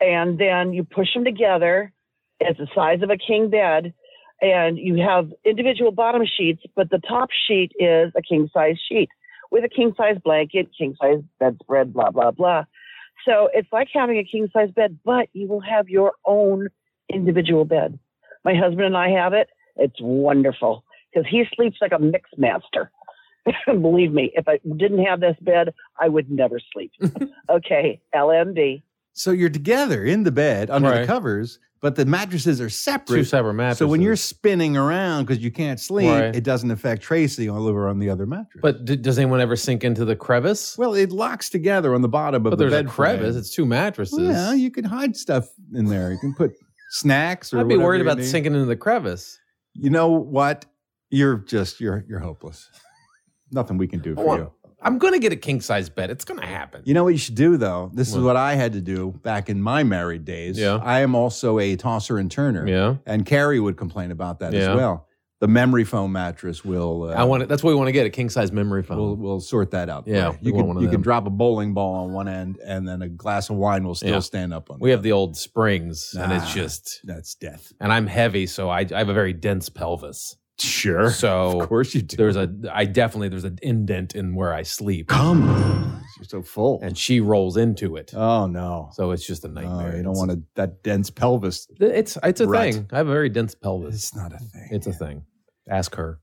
Speaker 17: and then you push them together. It's the size of a king bed, and you have individual bottom sheets, but the top sheet is a king size sheet with a king size blanket, king size bedspread, blah, blah, blah. So it's like having a king size bed, but you will have your own individual bed. My husband and I have it. It's wonderful because he sleeps like a mix master. Believe me, if I didn't have this bed, I would never sleep. okay, LMB.
Speaker 2: So you're together in the bed under the
Speaker 8: Right.
Speaker 2: covers, but the mattresses are separate.
Speaker 8: Two
Speaker 2: So
Speaker 8: separate
Speaker 2: when
Speaker 8: mattresses.
Speaker 2: you're spinning around because you can't sleep,
Speaker 8: Right.
Speaker 2: it doesn't affect Tracy all over on the other mattress.
Speaker 8: But d- does anyone ever sink into the crevice?
Speaker 2: Well, it locks together on the bottom of
Speaker 8: But
Speaker 2: the
Speaker 8: there's a
Speaker 2: bed
Speaker 8: crevice.
Speaker 2: frame.
Speaker 8: It's two mattresses.
Speaker 2: Yeah, you can hide stuff in there. You can put snacks or
Speaker 8: I'd be
Speaker 2: whatever
Speaker 8: worried
Speaker 2: you
Speaker 8: about
Speaker 2: need.
Speaker 8: sinking into the crevice.
Speaker 2: You know what? You're just you're you're hopeless. Nothing we can do for
Speaker 8: Well,
Speaker 2: you.
Speaker 8: I'm gonna get a king size bed. It's gonna happen.
Speaker 2: You know what you should do though? This is
Speaker 8: What?
Speaker 2: what I had to do back in my married days.
Speaker 8: Yeah.
Speaker 2: I am also a tosser and turner.
Speaker 8: Yeah.
Speaker 2: And Carrie would complain about that
Speaker 8: Yeah.
Speaker 2: as well. The memory foam mattress will uh,
Speaker 8: I want it. That's what we want to get a king size memory phone.
Speaker 2: we'll we'll sort that out. for
Speaker 8: Yeah,
Speaker 2: you,
Speaker 8: we
Speaker 2: you
Speaker 8: want
Speaker 2: can
Speaker 8: one of
Speaker 2: you can
Speaker 8: them.
Speaker 2: drop a bowling ball on one end and then a glass of wine will still
Speaker 8: Yeah.
Speaker 2: stand up on
Speaker 8: we have the old springs, and
Speaker 2: Nah.
Speaker 8: it's just.
Speaker 2: that's death.
Speaker 8: And I'm heavy, so I, I have a very dense pelvis.
Speaker 2: Sure.
Speaker 8: So
Speaker 2: Of course you do.
Speaker 8: there's a I definitely there's an indent in where I sleep,
Speaker 2: Come. You're so full.
Speaker 8: and she rolls into it.
Speaker 2: Oh no.
Speaker 8: So it's just a nightmare.
Speaker 2: No, you don't want to, that dense pelvis.
Speaker 8: It's it's a
Speaker 2: Rut.
Speaker 8: thing. I have a very dense pelvis.
Speaker 2: It's not a thing.
Speaker 8: It's a thing. Ask her.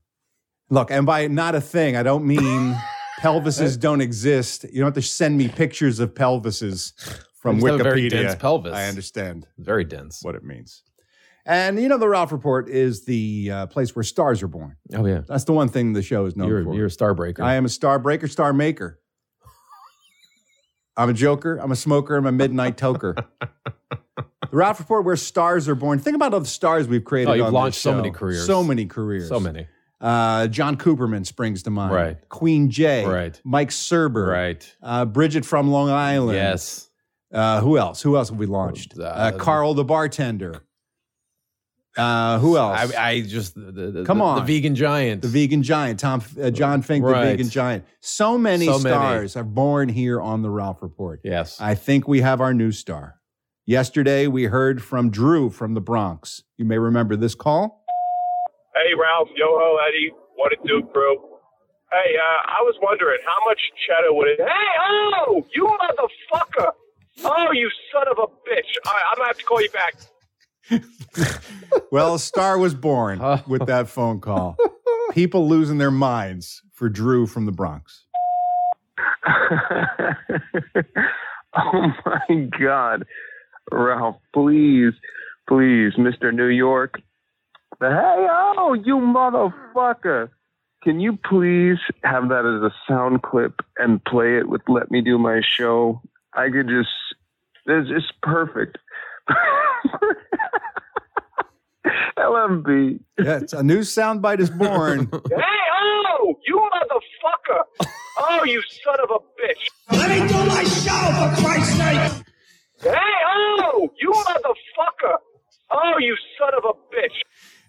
Speaker 2: Look, and by not a thing, I don't mean pelvises don't exist. You don't have to send me pictures of pelvises from
Speaker 8: I just
Speaker 2: Wikipedia.
Speaker 8: have a very dense pelvis.
Speaker 2: I understand
Speaker 8: Very dense.
Speaker 2: what it means. And you know, the Ralph Report is the uh, place where stars are born.
Speaker 8: Oh yeah.
Speaker 2: That's the one thing the show is known
Speaker 8: You're
Speaker 2: for.
Speaker 8: you're a star breaker.
Speaker 2: I am a star breaker, star maker. I'm a joker. I'm a smoker. I'm a midnight toker. the Ralph Report, where stars are born. Think about all the stars we've created.
Speaker 8: Oh, you've
Speaker 2: on this
Speaker 8: launched so
Speaker 2: show.
Speaker 8: many careers.
Speaker 2: So many careers.
Speaker 8: so many.
Speaker 2: Uh, John Cooperman springs to mind.
Speaker 8: Right.
Speaker 2: Queen J.
Speaker 8: Right.
Speaker 2: Mike Serber.
Speaker 8: Right.
Speaker 2: Uh, Bridget from Long Island.
Speaker 8: Yes.
Speaker 2: Uh, who else? Who else have we launched? Uh,
Speaker 8: Uh,
Speaker 2: Carl the bartender. Uh, who else?
Speaker 8: I, I just the, the, the-
Speaker 2: Come
Speaker 8: the,
Speaker 2: on.
Speaker 8: vegan giant.
Speaker 2: the vegan giant, Tom uh, John Fink, the
Speaker 8: Right.
Speaker 2: vegan giant. So many
Speaker 8: So many.
Speaker 2: stars are born here on the Ralph Report.
Speaker 8: Yes.
Speaker 2: I think we have our new star. Yesterday we heard from Drew from the Bronx. You may remember this call.
Speaker 10: Hey, Ralph, yo ho, Eddie, what it do, crew? Hey, uh, I was wondering how much cheddar would it. Hey, oh, you motherfucker! Oh, you son of a bitch! All right, I'm gonna have to call you back.
Speaker 2: Well, a star was born
Speaker 8: Oh.
Speaker 2: with that phone call. People losing their minds for Drew from the Bronx.
Speaker 5: oh my God, Ralph! Please, please, Mister New York. But hey, oh, you motherfucker! Can you please have that as a sound clip and play it with "Let Me Do My Show"? I could just. It's just perfect. LMB.
Speaker 2: Yeah, it's a new soundbite is born.
Speaker 10: Hey, oh, you motherfucker! Oh, you son of a bitch!
Speaker 12: Let me do my show, for Christ's sake!
Speaker 10: Hey, oh, you motherfucker! Oh, you son of a bitch!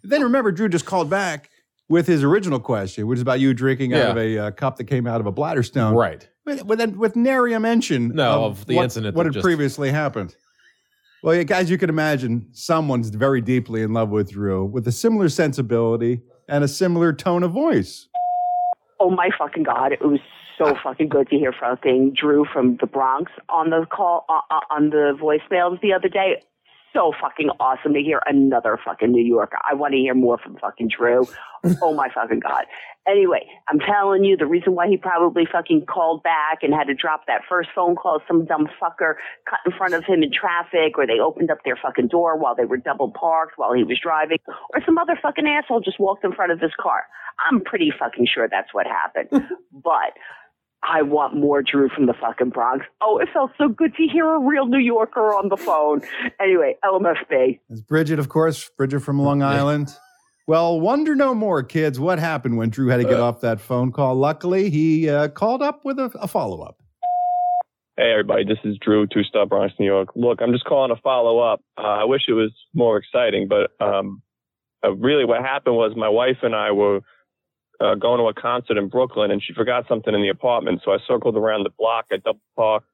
Speaker 2: then remember, Drew just called back with his original question, which is about you drinking out
Speaker 8: Yeah.
Speaker 2: of a uh, cup that came out of a bladder stone.
Speaker 8: right.
Speaker 2: With, with, with nary a mention
Speaker 8: No, of the
Speaker 2: what,
Speaker 8: incident
Speaker 2: what
Speaker 8: that
Speaker 2: had
Speaker 8: just-
Speaker 2: previously happened. Well, yeah, guys, you can imagine someone's very deeply in love with Drew with a similar sensibility and a similar tone of voice.
Speaker 18: Oh my fucking god! It was so fucking good to hear fucking Drew from the Bronx on the call uh, uh, on the voicemails the other day. So fucking awesome to hear another fucking New Yorker. I want to hear more from fucking Drew. Oh my fucking god! Anyway, I'm telling you, the reason why he probably fucking called back and had to drop that first phone call, some dumb fucker cut in front of him in traffic, or they opened up their fucking door while they were double parked while he was driving, or some other fucking asshole just walked in front of his car. I'm pretty fucking sure that's what happened. but I want more Drew from the fucking Bronx. Oh, it felt so good to hear a real New Yorker on the phone. Anyway, LMFB.
Speaker 2: That's Bridget, of course, Bridget from Long Island. Well, wonder no more, kids, what happened when Drew had to get
Speaker 8: Uh.
Speaker 2: off that phone call. Luckily, he uh, called up with a, a follow up.
Speaker 19: Hey, everybody, this is Drew, Two Star Bronx, New York. Look, I'm just calling a follow up. Uh, I wish it was more exciting, but um, uh, really what happened was my wife and I were uh, going to a concert in Brooklyn, and she forgot something in the apartment. So I circled around the block. I double parked.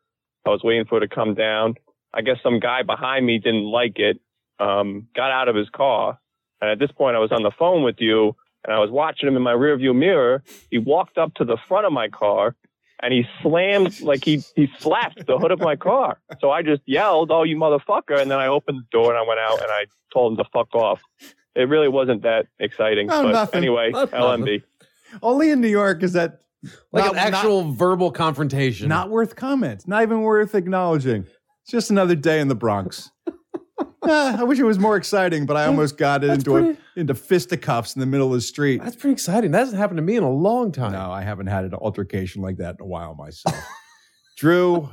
Speaker 19: I was waiting for her to come down. I guess some guy behind me didn't like it, um, got out of his car. And at this point, I was on the phone with you, and I was watching him in my rearview mirror. He walked up to the front of my car and he slammed like he he slapped the hood of my car. So I just yelled, "Oh, you motherfucker!" And then I opened the door and I went out and I told him to fuck off. It really wasn't that exciting.
Speaker 2: Oh,
Speaker 19: but
Speaker 2: nothing.
Speaker 19: anyway,
Speaker 8: Nothing.
Speaker 19: LMB.
Speaker 2: Only in New York is that
Speaker 8: Like
Speaker 2: not-
Speaker 8: an
Speaker 2: not-
Speaker 8: actual verbal confrontation.
Speaker 2: Not worth comment. Not even worth acknowledging. It's just another day in the Bronx. Ah, I wish it was more exciting, but I almost got it into,
Speaker 8: pretty-
Speaker 2: a, into fisticuffs in the middle of the street.
Speaker 8: That's pretty exciting. That hasn't happened to me in a long time.
Speaker 2: No, I haven't had an altercation like that in a while myself. Drew,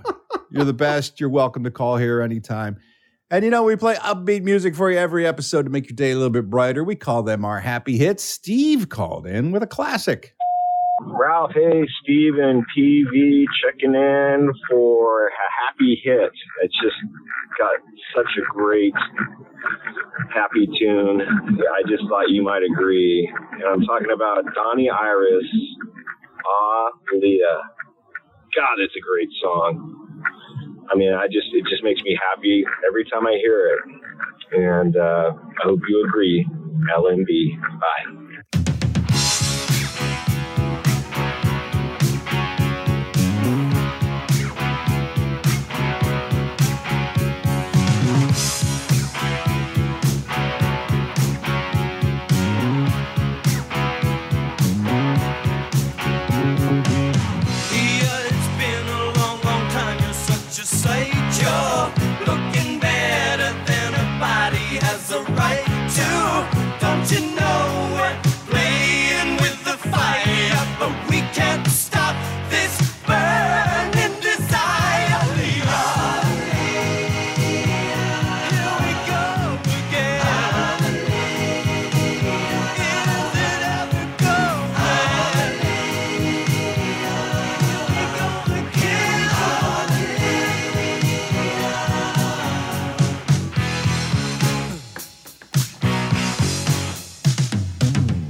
Speaker 2: you're the best. You're welcome to call here anytime. And you know, we play upbeat music for you every episode to make your day a little bit brighter. We call them our happy hits. Steve called in with a classic.
Speaker 20: Ralph, hey, Steve and PV checking in for a happy hit. It's just got such a great happy tune. I just thought you might agree. And I'm talking about Donnie Iris, Ah Leah. God, it's a great song. I mean, I just it just makes me happy every time I hear it. And uh, I hope you agree. LMB. Bye.
Speaker 9: Yeah, it's been a long, long time. You're such a sight. You're looking better than a body has a right to. Don't you know we're playing with the fire, but we can't stop this burning desire. Here we go again. Is it ever going?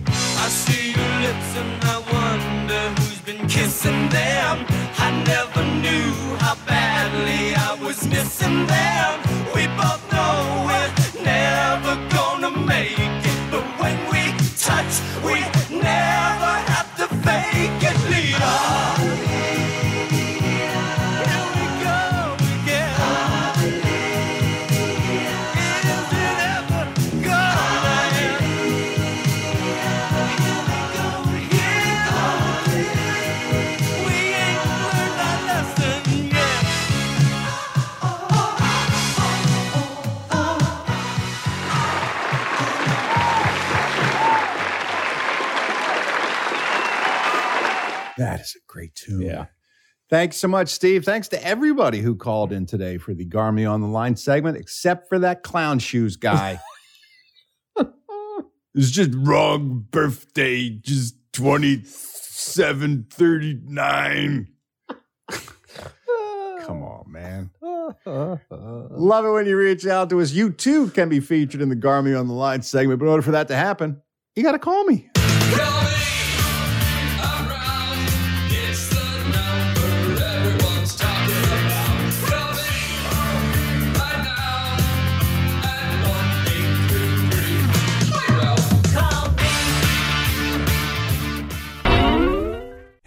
Speaker 9: I see your lips and I wonder who's been kissing them. I never knew how badly I was missing them. We both know we're never gonna make it, but when we touch, we never have to fake it, Leah. Here we go again. Is it ever gonna end?
Speaker 2: That is a great tune. Yeah. Thanks so much, Steve. Thanks to everybody who called in today for the Garmy on the Line segment, except for that clown shoes guy.
Speaker 21: It's just wrong birthday, just 2739.
Speaker 2: Come on, man. Love it when you reach out to us. You too can be featured in the Garmy on the Line segment. But in order for that to happen, you got to call me.
Speaker 9: It's the number everyone's talking about. Call me right now at 1-833. Ralph. Call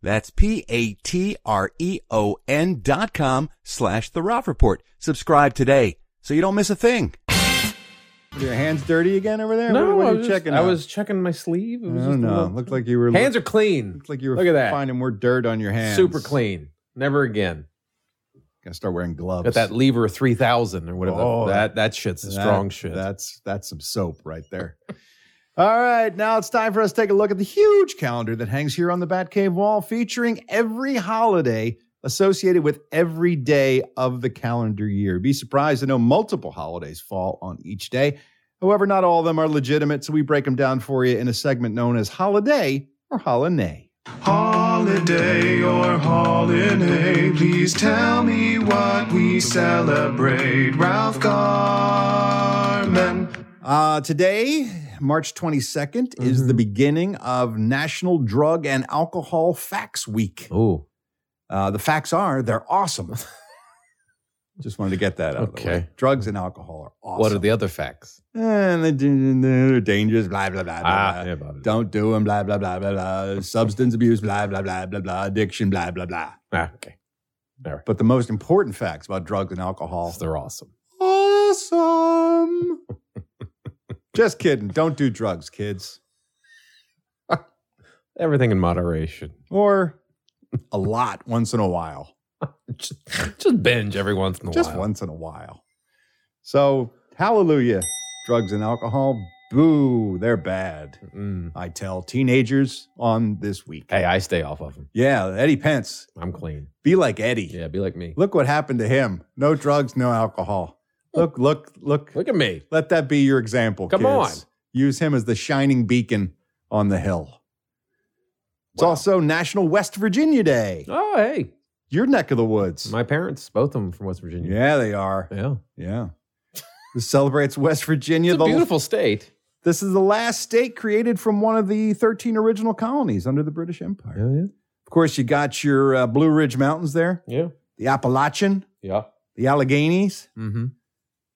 Speaker 22: That's P-A-T-R-E-O-N E dot com slash the Ralph Report. Subscribe today so you don't miss a thing.
Speaker 2: Are your hands dirty again over there?
Speaker 8: No,
Speaker 2: what, what
Speaker 8: I
Speaker 2: are you
Speaker 8: was just-
Speaker 2: checking?
Speaker 8: I
Speaker 2: out?
Speaker 8: was checking my sleeve. It
Speaker 2: I
Speaker 8: was
Speaker 2: don't
Speaker 8: just a
Speaker 2: know.
Speaker 8: little-
Speaker 2: Looked like you were.
Speaker 8: hands are clean.
Speaker 2: Looked like you were.
Speaker 8: Look at that.
Speaker 2: Finding more dirt on your hands.
Speaker 8: Super clean. Never again.
Speaker 2: Gotta start wearing gloves.
Speaker 8: Got that lever three thousand or whatever.
Speaker 2: Oh,
Speaker 8: that that shit's a
Speaker 2: that-
Speaker 8: strong shit.
Speaker 2: That's that's some soap right there. All right, now it's time for us to take a look at the huge calendar that hangs here on the Batcave wall, featuring every holiday associated with every day of the calendar year. Be surprised to know multiple holidays fall on each day. However, not all of them are legitimate, so we break them down for you in a segment known as Holiday or Holiday.
Speaker 23: Holiday or holiday, please tell me what we celebrate. Ralph Garman.
Speaker 2: Uh, today, March 22nd, is the beginning of National Drug and Alcohol Facts Week.
Speaker 8: Oh.
Speaker 2: Uh, the facts are they're awesome. Just wanted to get that out. Okay. Drugs and alcohol are awesome.
Speaker 8: What are the other facts?
Speaker 2: And the d- d- d- dangers, blah, blah, blah, blah.
Speaker 8: Ah,
Speaker 2: blah.
Speaker 8: yeah, blah, blah.
Speaker 2: Don't do them, blah, blah, blah, blah, blah. Substance abuse, blah, blah, blah, blah, blah. Addiction, blah, blah, blah.
Speaker 8: Ah, okay. All right.
Speaker 2: But the most important facts about drugs and alcohol.
Speaker 8: They're awesome.
Speaker 2: Awesome. Just kidding. Don't do drugs, kids.
Speaker 8: Everything in moderation.
Speaker 2: Or a lot once in a while.
Speaker 8: just, just binge every once in a
Speaker 2: Just
Speaker 8: while.
Speaker 2: once in a while. So, hallelujah. Drugs and alcohol, boo, they're bad. I tell teenagers on this week.
Speaker 8: Mm. Hey, I stay off of them.
Speaker 2: Yeah, Eddie Pence.
Speaker 8: I'm clean.
Speaker 2: Be like Eddie.
Speaker 8: Yeah, be like me.
Speaker 2: Look what happened to him. No drugs, no alcohol. Look, look, look.
Speaker 8: Look at me.
Speaker 2: Let that be your example.
Speaker 8: Come
Speaker 2: kids. Use him as the shining beacon on the hill. It's also National West Virginia Day.
Speaker 8: Oh, hey.
Speaker 2: Your neck of the woods.
Speaker 8: My parents, both of them from West Virginia.
Speaker 2: Yeah, they are.
Speaker 8: Yeah.
Speaker 2: Yeah. this celebrates West Virginia.
Speaker 8: It's a beautiful state.
Speaker 2: This is the last state created from one of the 13 original colonies under the British Empire.
Speaker 8: Oh, yeah.
Speaker 2: Of course, you got your uh, Blue Ridge Mountains there.
Speaker 8: Yeah.
Speaker 2: The Appalachian,
Speaker 8: Yeah.
Speaker 2: the Alleghenies.
Speaker 8: Mm-hmm.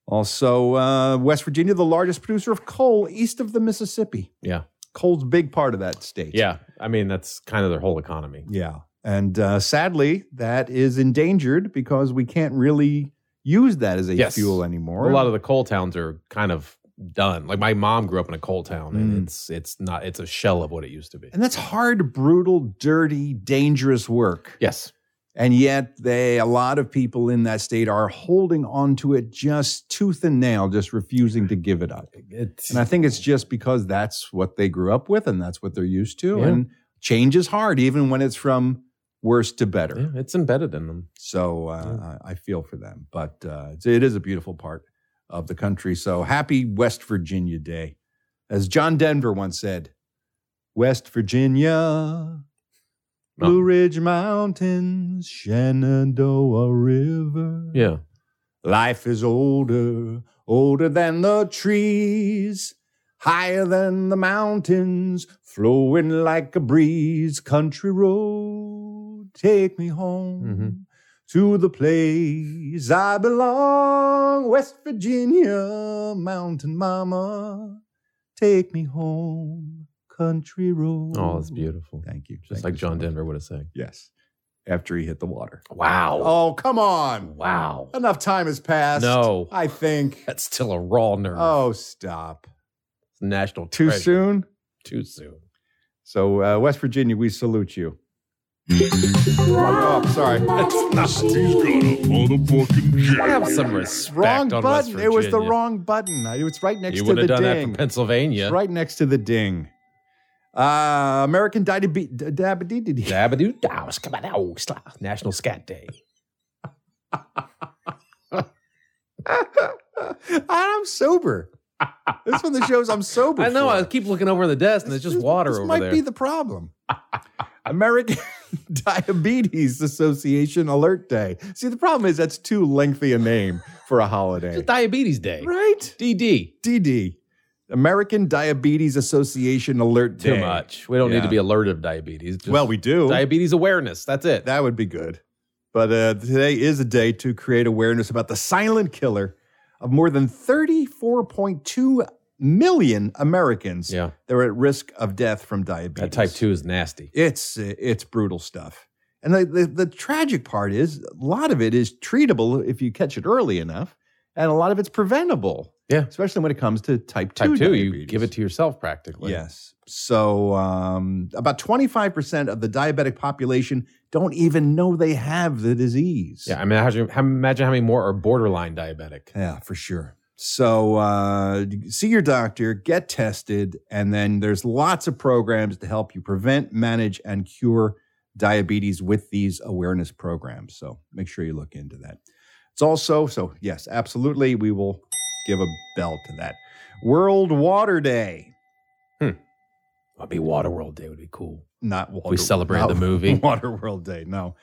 Speaker 2: Also, uh, West Virginia, the largest producer of coal east of the Mississippi.
Speaker 8: Yeah.
Speaker 2: Coal's a big part of that state.
Speaker 8: Yeah. I mean, that's kind of their whole economy.
Speaker 2: Yeah. And uh, sadly, that is endangered because we can't really use that as a
Speaker 8: Yes.
Speaker 2: fuel anymore.
Speaker 8: A lot of the coal towns are kind of done. Like my mom grew up in a coal town and
Speaker 2: Mm.
Speaker 8: it's it's not it's a shell of what it used to be.
Speaker 2: And that's hard, brutal, dirty, dangerous work.
Speaker 8: Yes.
Speaker 2: And yet they a lot of people in that state are holding on to it just tooth and nail, just refusing to give it up.
Speaker 8: It's
Speaker 2: And I think it's just because that's what they grew up with and that's what they're used to.
Speaker 8: Yeah.
Speaker 2: And change is hard, even when it's from worse to better.
Speaker 8: yeah, it's embedded in them.
Speaker 2: So uh, I I feel for them, but uh, it's- it is a beautiful part of the country. So happy West Virginia Day. As John Denver once said, West Virginia, Blue Ridge Mountains, Shenandoah River.
Speaker 8: Yeah.
Speaker 2: Life is older, older than the trees, higher than the mountains, flowing like a breeze. Country road, take me home
Speaker 8: Mm-hmm.
Speaker 2: to the place I belong. West Virginia, mountain mama, take me home, country road.
Speaker 8: Oh, it's beautiful.
Speaker 2: Thank you.
Speaker 8: Just like John Denver would have said.
Speaker 2: Yes. After he hit the water.
Speaker 8: Wow.
Speaker 2: Oh, come on.
Speaker 8: Wow.
Speaker 2: Enough time has passed.
Speaker 8: No.
Speaker 2: I think.
Speaker 8: That's still a raw nerve.
Speaker 2: Oh, stop.
Speaker 8: It's national
Speaker 2: Too
Speaker 8: treasure.
Speaker 2: soon?
Speaker 8: Too soon.
Speaker 2: So, uh, West Virginia, we salute you. oh, sorry.
Speaker 8: Have some respect
Speaker 2: Wrong
Speaker 8: on West
Speaker 2: button. It was the
Speaker 8: Virginia.
Speaker 2: wrong button. I- It was right next
Speaker 8: You
Speaker 2: to
Speaker 8: wouldn't
Speaker 2: the
Speaker 8: have done that
Speaker 2: ding.
Speaker 8: from Pennsylvania.
Speaker 2: It's right next to the ding. Uh, American Diabetes. Diabetes.
Speaker 8: Dabadoo dows, come on out, sla- National Scat Day.
Speaker 2: I'm sober. this one that shows I'm sober.
Speaker 8: I know.
Speaker 2: for.
Speaker 8: I keep looking over the desk, and there's just water
Speaker 2: this
Speaker 8: over
Speaker 2: might
Speaker 8: there.
Speaker 2: be the problem. American Diabetes Association Alert Day. See, the problem is that's too lengthy a name for a holiday.
Speaker 8: It's Diabetes Day.
Speaker 2: Right?
Speaker 8: DD.
Speaker 2: DD. American Diabetes Association Alert
Speaker 8: Too
Speaker 2: Day.
Speaker 8: much. We don't
Speaker 2: Yeah.
Speaker 8: need to be alerted of diabetes. Just
Speaker 2: Well, we do.
Speaker 8: diabetes awareness. That's it.
Speaker 2: that would be good. But uh, today is a day to create awareness about the silent killer of more than 34.2 million Americans
Speaker 8: yeah.
Speaker 2: that are at risk of death from diabetes.
Speaker 8: That type two is nasty.
Speaker 2: It's uh, it's brutal stuff. And the, the the tragic part is a lot of it is treatable if you catch it early enough, and a lot of it's preventable.
Speaker 8: Yeah.
Speaker 2: especially when it comes to type two.
Speaker 8: Type two, you
Speaker 2: diabetes.
Speaker 8: give it to yourself practically.
Speaker 2: Yes. So um, about twenty five percent of the diabetic population don't even know they have the disease.
Speaker 8: Yeah. I mean, imagine, imagine how many more are borderline diabetic.
Speaker 2: Yeah, for sure. So uh, see your doctor, get tested, and then there's lots of programs to help you prevent, manage, and cure diabetes with these awareness programs. So make sure you look into that. It's also so yes, absolutely, we will give a bell to that. World Water Day,
Speaker 8: It'd be Waterworld Day. Would be cool.
Speaker 2: not Water.
Speaker 8: we celebrated the
Speaker 2: not
Speaker 8: movie.
Speaker 2: Water World Day. No,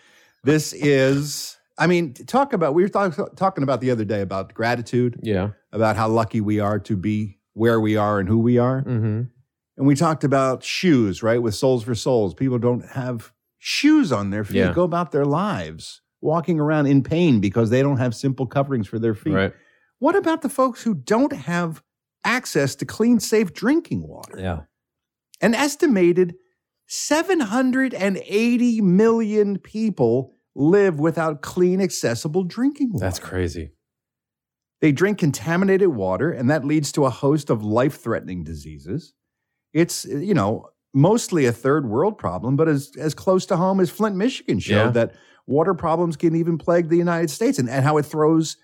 Speaker 2: this is. I mean, talk about we were talk, talking about the other day about gratitude.
Speaker 8: Yeah.
Speaker 2: about how lucky we are to be where we are and who we are.
Speaker 8: Mm-hmm.
Speaker 2: And we talked about shoes, right? With Souls for Souls. People don't have shoes on their feet,
Speaker 8: Yeah.
Speaker 2: go about their lives walking around in pain because they don't have simple coverings for their feet.
Speaker 8: Right.
Speaker 2: What about the folks who don't have access to clean, safe drinking water?
Speaker 1: Yeah.
Speaker 2: An estimated 780 million people live without clean, accessible drinking water.
Speaker 8: That's crazy.
Speaker 2: They drink contaminated water, and that leads to a host of life threatening diseases. It's, you know, mostly a third world problem, but as, as close to home as Flint, Michigan showed
Speaker 8: Yeah.
Speaker 2: that water problems can even plague the United States and, and how it throws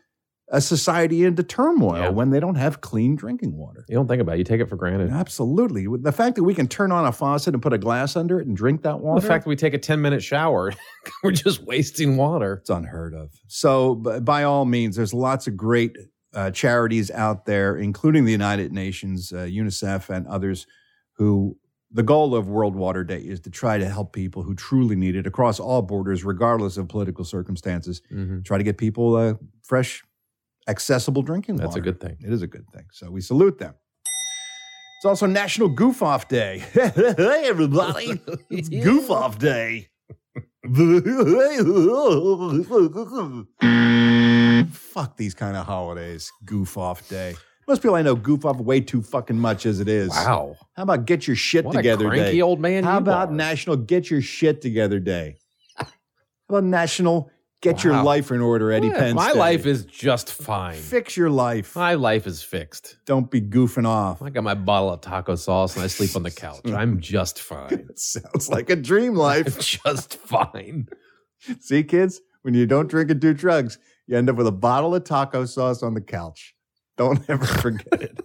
Speaker 2: a society into turmoil when they don't have clean drinking water.
Speaker 8: You don't think about it. You take it for granted.
Speaker 2: Absolutely. The fact that we can turn on a faucet and put a glass under it and drink that water.
Speaker 8: The fact that we take a 10 minute shower, we're just wasting water.
Speaker 2: It's unheard of. So, b- by all means, there's lots of great uh, charities out there, including the United Nations, uh, UNICEF, and others, who the goal of World Water Day is to try to help people who truly need it across all borders, regardless of political circumstances.
Speaker 8: Mm-hmm.
Speaker 2: Try to get people uh, fresh, accessible drinking
Speaker 8: That's a
Speaker 2: water.
Speaker 8: good thing.
Speaker 2: It is a good thing. So, we salute them. It's also National Goof Off Day. hey, everybody. It's Goof Off Day. Fuck these kind of holidays. Goof Off Day. Most people I know goof off way too fucking much as it is.
Speaker 8: Wow.
Speaker 2: How about get your shit
Speaker 8: What a
Speaker 2: together
Speaker 8: cranky
Speaker 2: day?
Speaker 8: old man
Speaker 2: How
Speaker 8: you
Speaker 2: about
Speaker 8: are.
Speaker 2: National Get Your Shit Together Day? How about National Get Your
Speaker 8: Wow.
Speaker 2: Life in Order, Eddie
Speaker 8: Yeah,
Speaker 2: Pence?
Speaker 8: My
Speaker 2: Day?
Speaker 8: life is just fine.
Speaker 2: Fix your life.
Speaker 8: My life is fixed.
Speaker 2: Don't be goofing off.
Speaker 8: I got my bottle of taco sauce and I sleep on the couch. I'm just fine.
Speaker 2: Sounds like a dream life.
Speaker 8: just fine.
Speaker 2: See, kids, when you don't drink and do drugs, you end up with a bottle of taco sauce on the couch. Don't ever forget it.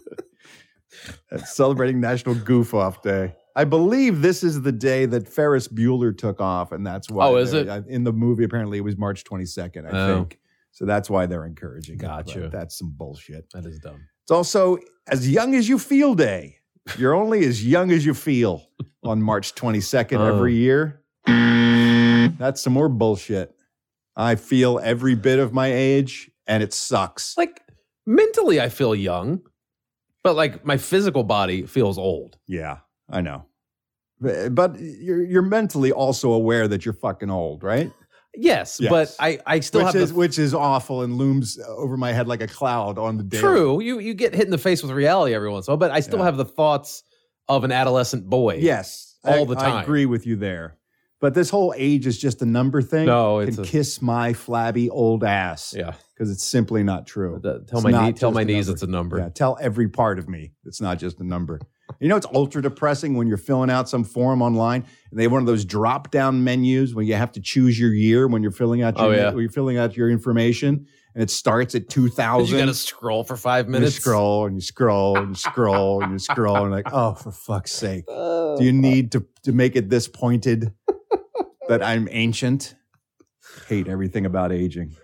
Speaker 2: That's celebrating National Goof Off Day. I believe this is the day that Ferris Bueller took off, and that's why.
Speaker 8: Oh, is
Speaker 2: they-
Speaker 8: it?
Speaker 2: I- In the movie, apparently, it was March 22nd, I
Speaker 8: Oh.
Speaker 2: think. So that's why they're encouraging. it, but
Speaker 8: Gotcha.
Speaker 2: That's some bullshit.
Speaker 8: That is dumb.
Speaker 2: It's also As Young as You Feel Day. You're only as young as you feel on March 22nd
Speaker 8: Oh.
Speaker 2: every year. That's some more bullshit. I feel every bit of my age and it sucks.
Speaker 8: Like, mentally, I feel young, but like my physical body feels old.
Speaker 2: Yeah, I know. But but you're, you're mentally also aware that you're fucking old, right?
Speaker 8: Yes,
Speaker 2: Yes.
Speaker 8: but I, I still
Speaker 2: which
Speaker 8: have the
Speaker 2: is which is awful and looms over my head like a cloud on the day.
Speaker 8: True, you you get hit in the face with reality every once in a while, but I still have the thoughts of an adolescent boy.
Speaker 2: Yes,
Speaker 8: all
Speaker 2: I-
Speaker 8: the
Speaker 2: I
Speaker 8: time.
Speaker 2: agree with you there. But this whole age is just a number thing.
Speaker 8: No, it's
Speaker 2: can
Speaker 8: a-
Speaker 2: kiss my flabby old ass.
Speaker 8: Yeah.
Speaker 2: because it's simply not true.
Speaker 8: tell
Speaker 2: It's
Speaker 8: my knee-
Speaker 2: not
Speaker 8: tell
Speaker 2: just
Speaker 8: my
Speaker 2: a
Speaker 8: knees
Speaker 2: number.
Speaker 8: it's a number.
Speaker 2: Yeah, tell every part of me it's not just a number. you know, it's ultra depressing when you're filling out some form online and they have one of those drop down menus where you have to choose your year when you're filling out your
Speaker 8: Oh, yeah.
Speaker 2: when you're filling out your information, and it starts at two
Speaker 8: You got
Speaker 2: thousand.
Speaker 8: to scroll for five
Speaker 2: And you
Speaker 8: minutes.
Speaker 2: scroll and you scroll and you scroll and you scroll and like, oh, for fuck's sake, do you need to to make it this pointed that I'm ancient? Hate everything about aging.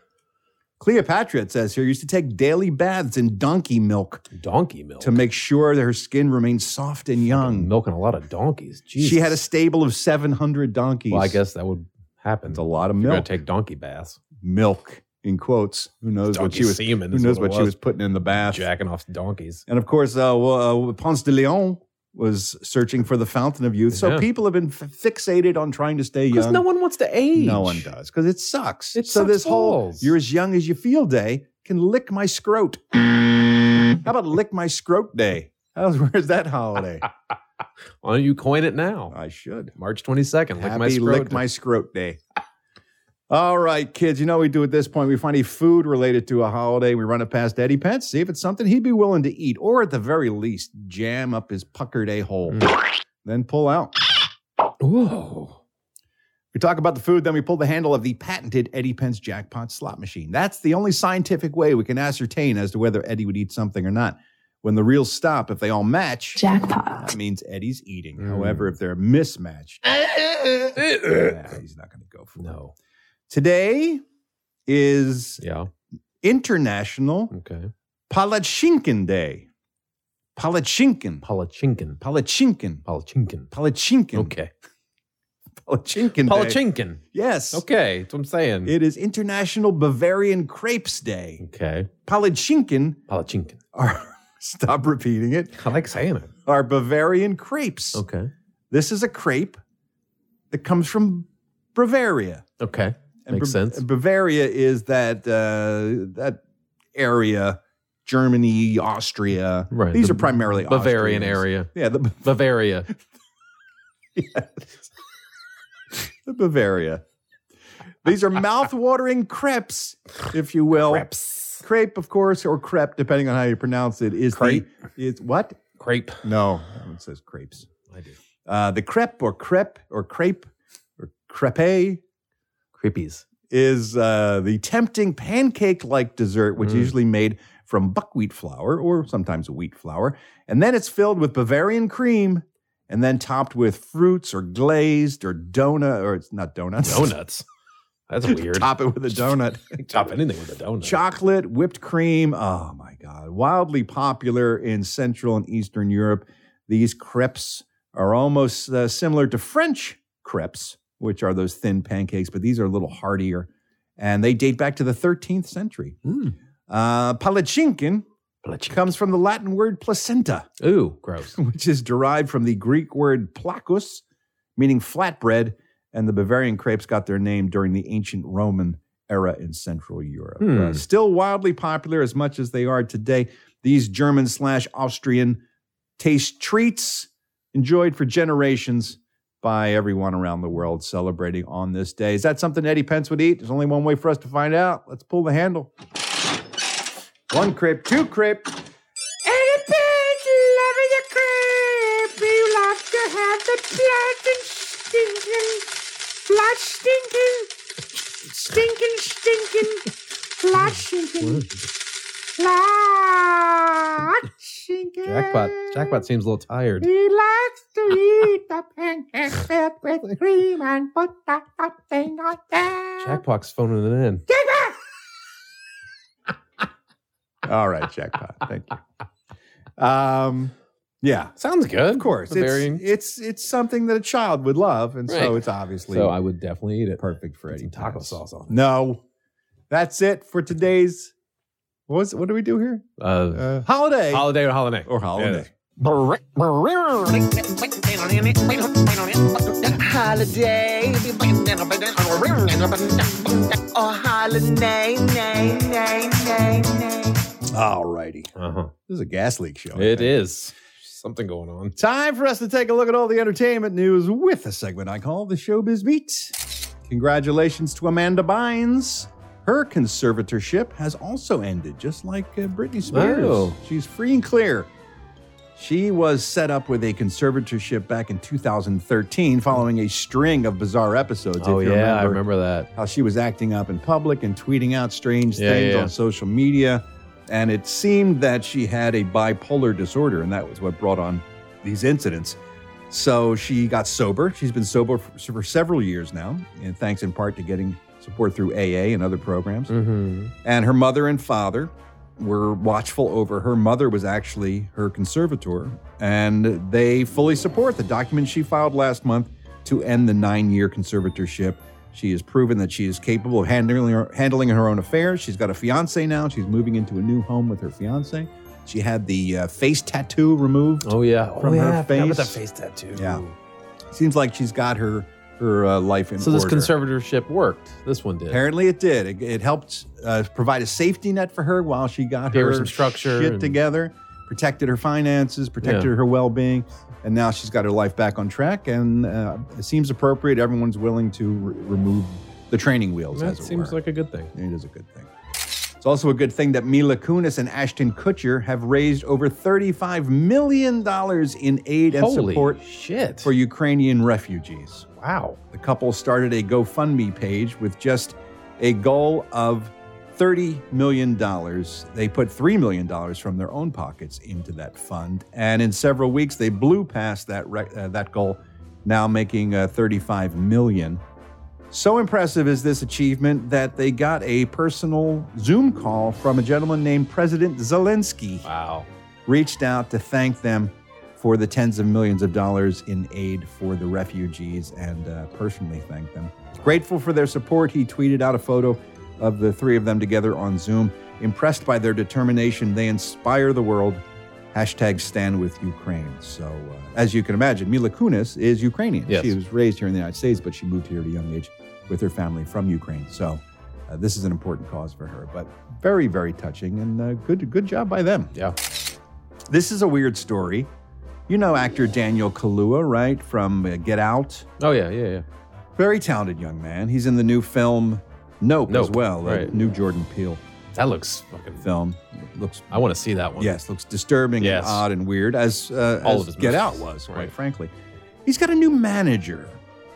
Speaker 2: Cleopatra, it says here, used to take daily baths in donkey milk.
Speaker 8: Donkey milk.
Speaker 2: To make sure that her skin remained soft and young.
Speaker 8: Milking a lot of donkeys.
Speaker 2: She had a stable of 700 donkeys.
Speaker 8: Well, I guess that would happen. It's a
Speaker 2: lot of
Speaker 8: You're gonna
Speaker 2: milk.
Speaker 8: take donkey baths.
Speaker 2: milk in quotes. Who knows what
Speaker 8: Donkey
Speaker 2: she was?
Speaker 8: semen
Speaker 2: Who
Speaker 8: is
Speaker 2: knows
Speaker 8: what
Speaker 2: what
Speaker 8: it
Speaker 2: she
Speaker 8: was.
Speaker 2: was putting in the bath?
Speaker 8: Jacking off donkeys.
Speaker 2: And of course, uh, well, uh, Ponce de Leon was searching for the fountain of youth. So
Speaker 8: Yeah.
Speaker 2: people have been f- fixated on trying to stay
Speaker 8: Because
Speaker 2: young.
Speaker 8: no one wants to age.
Speaker 2: No one does because it sucks.
Speaker 8: It
Speaker 2: so
Speaker 8: sucks
Speaker 2: this whole
Speaker 8: balls.
Speaker 2: "you're as young as you feel" day can lick my scrote. How about lick my scrote day? How's, where's that holiday?
Speaker 8: Why don't you coin it now?
Speaker 2: I should.
Speaker 8: March 22nd. Lick my
Speaker 2: Uh, Happy
Speaker 8: scrotum.
Speaker 2: lick my scrote day. All right, kids. You know what we do at this point. We find a food related to a holiday. We run it past Eddie Pence, see if it's something he'd be willing to eat, or at the very least, jam up his puckered a hole,
Speaker 8: Mm.
Speaker 2: then pull out.
Speaker 8: Whoa.
Speaker 2: We talk about the food, then we pull the handle of the patented Eddie Pence jackpot slot machine. That's the only scientific way we can ascertain as to whether Eddie would eat something or not. When the reels stop, if they all match, jackpot. That means Eddie's eating.
Speaker 8: Mm.
Speaker 2: However, if they're mismatched, yeah, he's not going to go for it.
Speaker 8: No.
Speaker 2: Today is
Speaker 8: yeah.
Speaker 2: International
Speaker 8: okay.
Speaker 2: Palachinkin Day. Palachinkin.
Speaker 8: Palachinkin.
Speaker 2: Palachinkin.
Speaker 8: Palachinkin.
Speaker 2: Palachinkin.
Speaker 8: Okay.
Speaker 2: Palachinkin.
Speaker 8: Palachinkin.
Speaker 2: Yes.
Speaker 8: Okay. That's what I'm saying.
Speaker 2: It is International Bavarian Crepes Day.
Speaker 8: okay.
Speaker 2: Palachinkin
Speaker 8: Palachinkin.
Speaker 2: are, stop repeating it,
Speaker 8: I like saying it.
Speaker 2: are Bavarian crepes.
Speaker 8: Okay.
Speaker 2: This is a crepe that comes from Bavaria.
Speaker 8: Okay.
Speaker 2: And
Speaker 8: Makes
Speaker 2: Ba-
Speaker 8: sense.
Speaker 2: Bavaria is that uh, that area Germany, Austria. Right. These
Speaker 8: the
Speaker 2: are primarily
Speaker 8: Bavarian
Speaker 2: Austrians.
Speaker 8: area.
Speaker 2: Yeah, the
Speaker 8: Bavaria.
Speaker 2: the Bavaria. These are mouth-watering crepes, if you will. Crepes. Crepe, of course, or crepe, depending on how you pronounce it, is crepe. The, is what?
Speaker 8: Crepe.
Speaker 2: No, that one says crepes. I do. Uh, the crepe or crepe or crepe or crepe.
Speaker 8: Creepies.
Speaker 2: Is uh, the tempting pancake like dessert, which
Speaker 8: Mm.
Speaker 2: is usually made from buckwheat flour or sometimes wheat flour. And then it's filled with Bavarian cream and then topped with fruits or glazed or donut, or it's not donuts.
Speaker 8: Donuts. That's weird.
Speaker 2: Top it with a donut.
Speaker 8: Top anything with a donut.
Speaker 2: Chocolate, whipped cream. Oh my God. Wildly popular in Central and Eastern Europe. These crepes are almost uh, similar to French crepes, which are those thin pancakes, but these are a little heartier. And they date back to the 13th century. Uh, palachinkin comes from the Latin word placenta.
Speaker 8: Ooh, gross.
Speaker 2: Which is derived from the Greek word placus, meaning flatbread, and the Bavarian crepes got their name during the ancient Roman era in Central Europe.
Speaker 8: Hmm.
Speaker 2: Uh, still wildly popular as much as they are today. These German slash Austrian taste treats enjoyed for generations by everyone around the world celebrating on this day. Is that something Eddie Pence would eat? There's only one way for us to find out. Let's pull the handle. One crepe, two crepe.
Speaker 12: Eddie Page, loving the creep. You love to have the blood and stinking, blood stinking, stinking, stinking, blood stinking, blood stinking.
Speaker 8: Jackpot. Jackpot seems a little tired.
Speaker 12: He likes to eat the pancake filled with cream and put the hot thing on there.
Speaker 8: Jackpot's phoning it in.
Speaker 12: Jackpot!
Speaker 2: All right, jackpot. Thank you. Um, yeah,
Speaker 8: sounds good.
Speaker 2: Of course,
Speaker 8: Bavarian.
Speaker 2: it's, it's it's something that a child would love, and so
Speaker 8: Right.
Speaker 2: it's obviously
Speaker 8: So I would definitely eat it.
Speaker 2: perfect for Eddie.
Speaker 8: Taco
Speaker 2: Pence.
Speaker 8: sauce on
Speaker 2: No, that's it for today's. What was what do we do here?
Speaker 8: it. Uh,
Speaker 2: Uh, holiday,
Speaker 8: holiday or holiday.
Speaker 2: or holiday?
Speaker 12: Holiday. Or holiday, nay, nay, nay, nay.
Speaker 2: All righty,
Speaker 8: Uh-huh.
Speaker 2: this is a gas leak show. I
Speaker 8: It
Speaker 2: think.
Speaker 8: is. Something going on.
Speaker 2: Time for us to take a look at all the entertainment news with a segment I call the Showbiz Beat. Congratulations to Amanda Bynes. Her conservatorship has also ended, just like uh, Britney Spears.
Speaker 8: Oh.
Speaker 2: She's free and clear. She was set up with a conservatorship back in 2013 following a string of bizarre episodes.
Speaker 8: Oh,
Speaker 2: if you
Speaker 8: yeah. I remember that.
Speaker 2: how she was acting up in public and tweeting out strange
Speaker 8: Yeah,
Speaker 2: things
Speaker 8: yeah.
Speaker 2: on social media. And it seemed that she had a bipolar disorder, and that was what brought on these incidents. So she got sober. She's been sober for, for several years now, and thanks in part to getting support through AA and other programs.
Speaker 8: Mm-hmm.
Speaker 2: And her mother and father were watchful over her. Mother was actually her conservator, and they fully support the document she filed last month to end the nine year conservatorship. She has proven that she is capable of handling her, handling her own affairs. She's got a fiance now. She's moving into a new home with her fiance. She had the uh, face tattoo removed.
Speaker 8: Oh, yeah.
Speaker 2: From her
Speaker 8: oh, yeah. I forgot
Speaker 2: face.
Speaker 8: about that face tattoo.
Speaker 2: Yeah. Seems like she's got her her uh, life in
Speaker 8: So this
Speaker 2: order.
Speaker 8: conservatorship worked. This one did.
Speaker 2: Apparently, it did. It, it helped uh, provide a safety net for her while she got
Speaker 8: Gave her
Speaker 2: her
Speaker 8: some structure
Speaker 2: shit
Speaker 8: and-
Speaker 2: together, protected her finances, protected
Speaker 8: Yeah.
Speaker 2: her well being, and now she's got her life back on track. And uh, it seems appropriate. Everyone's willing to re- remove the training wheels.
Speaker 8: That
Speaker 2: as it
Speaker 8: seems
Speaker 2: were.
Speaker 8: like a good thing.
Speaker 2: It is a good thing. It's also a good thing that Mila Kunis and Ashton Kutcher have raised over $35 million in aid and
Speaker 8: Holy
Speaker 2: support
Speaker 8: shit.
Speaker 2: for Ukrainian refugees.
Speaker 8: wow.
Speaker 2: The couple started a GoFundMe page with just a goal of $30 million. They put $3 million from their own pockets into that fund. And in several weeks, they blew past that, rec- uh, that goal, now making uh, $35 million. So impressive is this achievement that they got a personal Zoom call from a gentleman named President Zelensky
Speaker 8: Wow.
Speaker 2: reached out to thank them for the tens of millions of dollars in aid for the refugees and uh, personally thanked them. Grateful for their support, he tweeted out a photo of the three of them together on Zoom. Impressed by their determination, they inspire the world. Hashtag stand with Ukraine. So, uh, as you can imagine, Mila Kunis is Ukrainian.
Speaker 8: Yes.
Speaker 2: She was raised here in the United States, but she moved here at a young age with her family from Ukraine. So, Uh, this is an important cause for her, but very, very touching and uh, good, good job by them.
Speaker 8: Yeah.
Speaker 2: This is a weird story. You know actor Daniel Kaluuya, right? From uh, Get Out.
Speaker 8: Oh yeah, yeah, yeah.
Speaker 2: Very talented young man. He's in the new film Nope, as
Speaker 8: Nope,
Speaker 2: well. the
Speaker 8: right.
Speaker 2: New Jordan Peele
Speaker 8: That looks fucking.
Speaker 2: film. Looks.
Speaker 8: I want to see that one.
Speaker 2: Yes, looks disturbing
Speaker 8: Yes.
Speaker 2: and odd and weird as uh,
Speaker 8: All
Speaker 2: as
Speaker 8: of his
Speaker 2: Get
Speaker 8: movies.
Speaker 2: Out was, quite
Speaker 8: Right.
Speaker 2: frankly. He's got a new manager.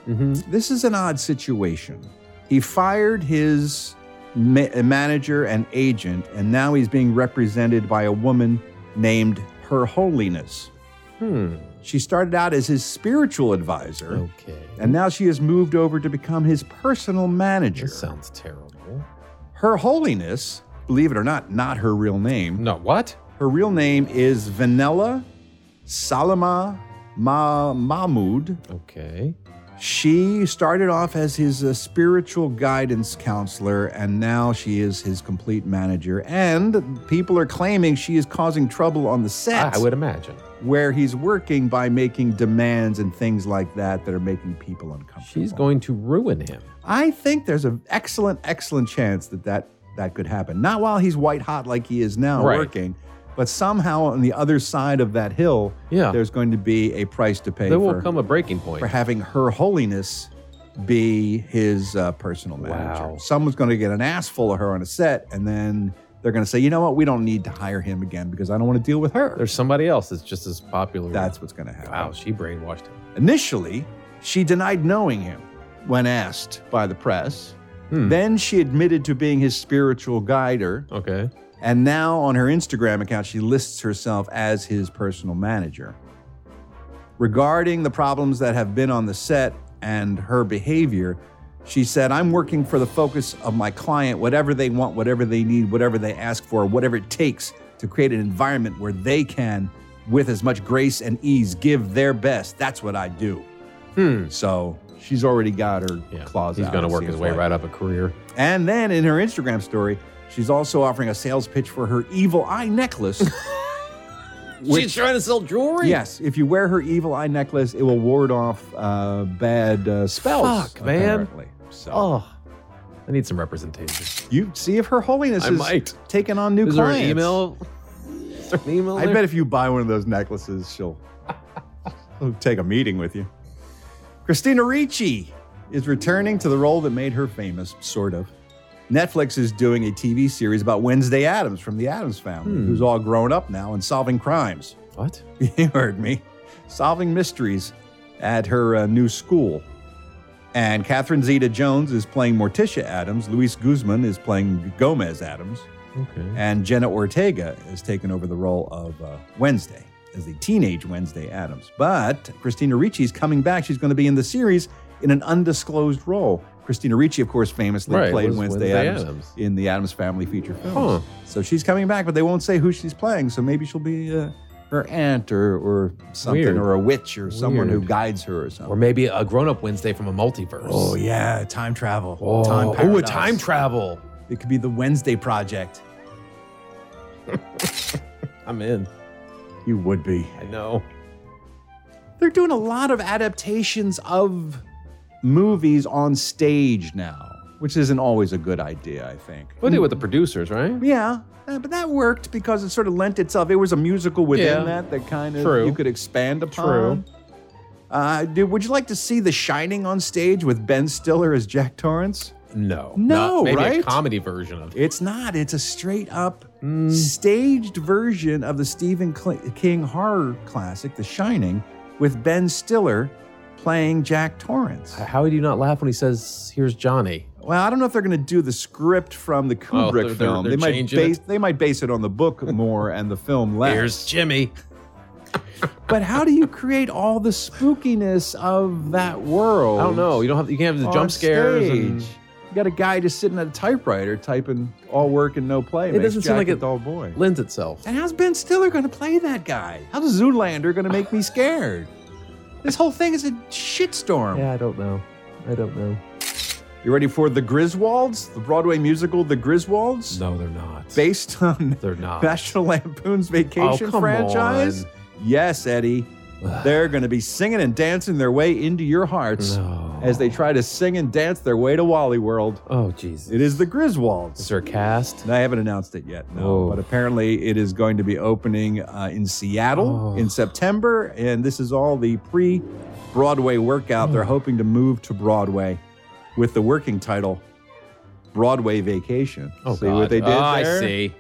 Speaker 8: Mm-hmm.
Speaker 2: This is an odd situation. He fired his ma- manager and agent, and now he's being represented by a woman named Her Holiness.
Speaker 8: Hmm.
Speaker 2: She started out as his spiritual advisor,
Speaker 8: Okay.
Speaker 2: and now she has moved over to become his personal manager.
Speaker 8: That sounds terrible.
Speaker 2: Her Holiness, believe it or not, not her real name.
Speaker 8: No, what?
Speaker 2: Her real name is Vanilla Salama Ma- Mahmoud.
Speaker 8: Okay.
Speaker 2: She started off as his uh, spiritual guidance counselor, and now she is his complete manager. And people are claiming she is causing trouble on the set
Speaker 8: Ah, I, I would imagine.
Speaker 2: where he's working by making demands and things like that that are making people uncomfortable.
Speaker 8: She's going to ruin him.
Speaker 2: I think there's an excellent, excellent chance that that, that could happen. Not while he's white hot like he is now
Speaker 8: Right.
Speaker 2: working, but somehow on the other side of that hill,
Speaker 8: Yeah.
Speaker 2: there's going to be a price to pay
Speaker 8: There
Speaker 2: for,
Speaker 8: will come a breaking point.
Speaker 2: for having Her Holiness be his uh, personal manager.
Speaker 8: Wow.
Speaker 2: Someone's going to get an ass full of her on a set, and then they're going to say, you know what, we don't need to hire him again because I don't want to deal with her.
Speaker 8: There's somebody else that's just as popular.
Speaker 2: That's what's going to happen.
Speaker 8: wow. She brainwashed him.
Speaker 2: Initially, she denied knowing him when asked by the press. Then she admitted to being his spiritual guider.
Speaker 8: Okay.
Speaker 2: And now on her Instagram account, she lists herself as his personal manager. Regarding the problems that have been on the set and her behavior, she said, I'm working for the focus of my client, whatever they want, whatever they need, whatever they ask for, whatever it takes to create an environment where they can, with as much grace and ease, give their best. That's what I do.
Speaker 8: Hmm.
Speaker 2: So she's already got her claws
Speaker 8: He's
Speaker 2: out,
Speaker 8: going to
Speaker 2: it
Speaker 8: work his
Speaker 2: seems
Speaker 8: way
Speaker 2: like.
Speaker 8: right up a career.
Speaker 2: And then in her Instagram story, she's also offering a sales pitch for her evil eye necklace.
Speaker 8: She's trying to sell jewelry.
Speaker 2: yes, if you wear her evil eye necklace, it will ward off uh, bad uh, spells.
Speaker 8: Fuck, man.
Speaker 2: apparently. So
Speaker 8: Oh, I need some representation.
Speaker 2: you see if her holiness
Speaker 8: I
Speaker 2: is
Speaker 8: might.
Speaker 2: taking on new
Speaker 8: Is there
Speaker 2: clients.
Speaker 8: an email? Is there an email?
Speaker 2: I
Speaker 8: there?
Speaker 2: bet if you buy one of those necklaces, she'll, she'll take a meeting with you. Christina Ricci is returning to the role that made her famous, sort of. Netflix is doing a TV series about Wednesday Adams from the Adams family,
Speaker 8: Hmm.
Speaker 2: who's all grown up now and solving crimes.
Speaker 8: What?
Speaker 2: You heard me. Solving mysteries at her uh, new school. And Catherine Zeta Jones is playing Morticia Adams. Luis Guzman is playing Gomez Adams.
Speaker 8: Okay.
Speaker 2: And Jenna Ortega has taken over the role of uh, Wednesday as the teenage Wednesday Adams. But Christina Ricci is coming back. She's going to be in the series in an undisclosed role. Christina Ricci, of course, famously
Speaker 8: Right,
Speaker 2: played
Speaker 8: was
Speaker 2: Wednesday,
Speaker 8: Wednesday
Speaker 2: Adams,
Speaker 8: Addams.
Speaker 2: in the Adams Family feature
Speaker 8: Huh.
Speaker 2: films. So she's coming back, but they won't say who she's playing. So maybe she'll be uh, her aunt or, or something,
Speaker 8: Weird.
Speaker 2: or a witch or someone who
Speaker 8: Weird.
Speaker 2: guides her or something.
Speaker 8: Or maybe a grown-up Wednesday from a multiverse.
Speaker 2: oh, yeah, time travel.
Speaker 8: Oh,
Speaker 2: time
Speaker 8: ooh, a
Speaker 2: paradise.
Speaker 8: time travel.
Speaker 2: It could be the Wednesday Project.
Speaker 8: I'm in.
Speaker 2: You would be.
Speaker 8: I know.
Speaker 2: they're doing a lot of adaptations of movies on stage now, which isn't always a good idea, I think.
Speaker 8: We'll do with the producers, right?
Speaker 2: Yeah, uh, but that worked because it sort of lent itself. It was a musical within
Speaker 8: Yeah.
Speaker 2: that that kind of
Speaker 8: True.
Speaker 2: you could expand upon. True. Uh, dude, would you like to see The Shining on stage with Ben Stiller as Jack Torrance?
Speaker 8: No.
Speaker 2: No,
Speaker 8: Not- maybe a
Speaker 2: right?
Speaker 8: comedy version of it.
Speaker 2: It's not. It's a straight up
Speaker 8: Mm.
Speaker 2: staged version of the Stephen Cl- King horror classic, The Shining, with Ben Stiller playing Jack Torrance.
Speaker 8: How do you not laugh when he says, "Here's Johnny"?
Speaker 2: Well, I don't know if they're going to do the script from the Kubrick
Speaker 8: they're- they're-
Speaker 2: film.
Speaker 8: they're
Speaker 2: they might
Speaker 8: changing
Speaker 2: base they might base it on the book more and the film less.
Speaker 8: Here's Jimmy.
Speaker 2: But how do you create all the spookiness of that world?
Speaker 8: I don't know. You don't have. You can't have the
Speaker 2: on
Speaker 8: jump scares. And,
Speaker 2: stage? You got a guy just sitting at a typewriter typing all work and no play.
Speaker 8: It
Speaker 2: Makes
Speaker 8: doesn't seem
Speaker 2: Jack
Speaker 8: like
Speaker 2: a
Speaker 8: it-
Speaker 2: dull boy.
Speaker 8: lends itself.
Speaker 2: And how's Ben Stiller going to play that guy? How's Zoolander going to make me scared? this whole thing is a shitstorm.
Speaker 8: Yeah, I don't know. I don't know.
Speaker 2: You ready for The Griswolds? The Broadway musical The Griswolds?
Speaker 8: No, they're not.
Speaker 2: Based on
Speaker 8: They're not.
Speaker 2: National Lampoon's Vacation
Speaker 8: Oh, come
Speaker 2: franchise?
Speaker 8: on.
Speaker 2: Yes, Eddie. They're going to be singing and dancing their way into your hearts.
Speaker 8: No.
Speaker 2: as they try to sing and dance their way to Wally World.
Speaker 8: Oh, Jesus.
Speaker 2: It is the Griswolds. Is
Speaker 8: there a cast?
Speaker 2: I haven't announced it yet,
Speaker 8: Oh.
Speaker 2: no. But apparently it is going to be opening uh, in
Speaker 8: Oh.
Speaker 2: Seattle in September. And this is all the pre Broadway workout.
Speaker 8: Oh.
Speaker 2: They're hoping to move to Broadway with the working title Broadway Vacation.
Speaker 8: Oh,
Speaker 2: see what
Speaker 8: God.
Speaker 2: they did
Speaker 8: Oh, I
Speaker 2: there?
Speaker 8: see.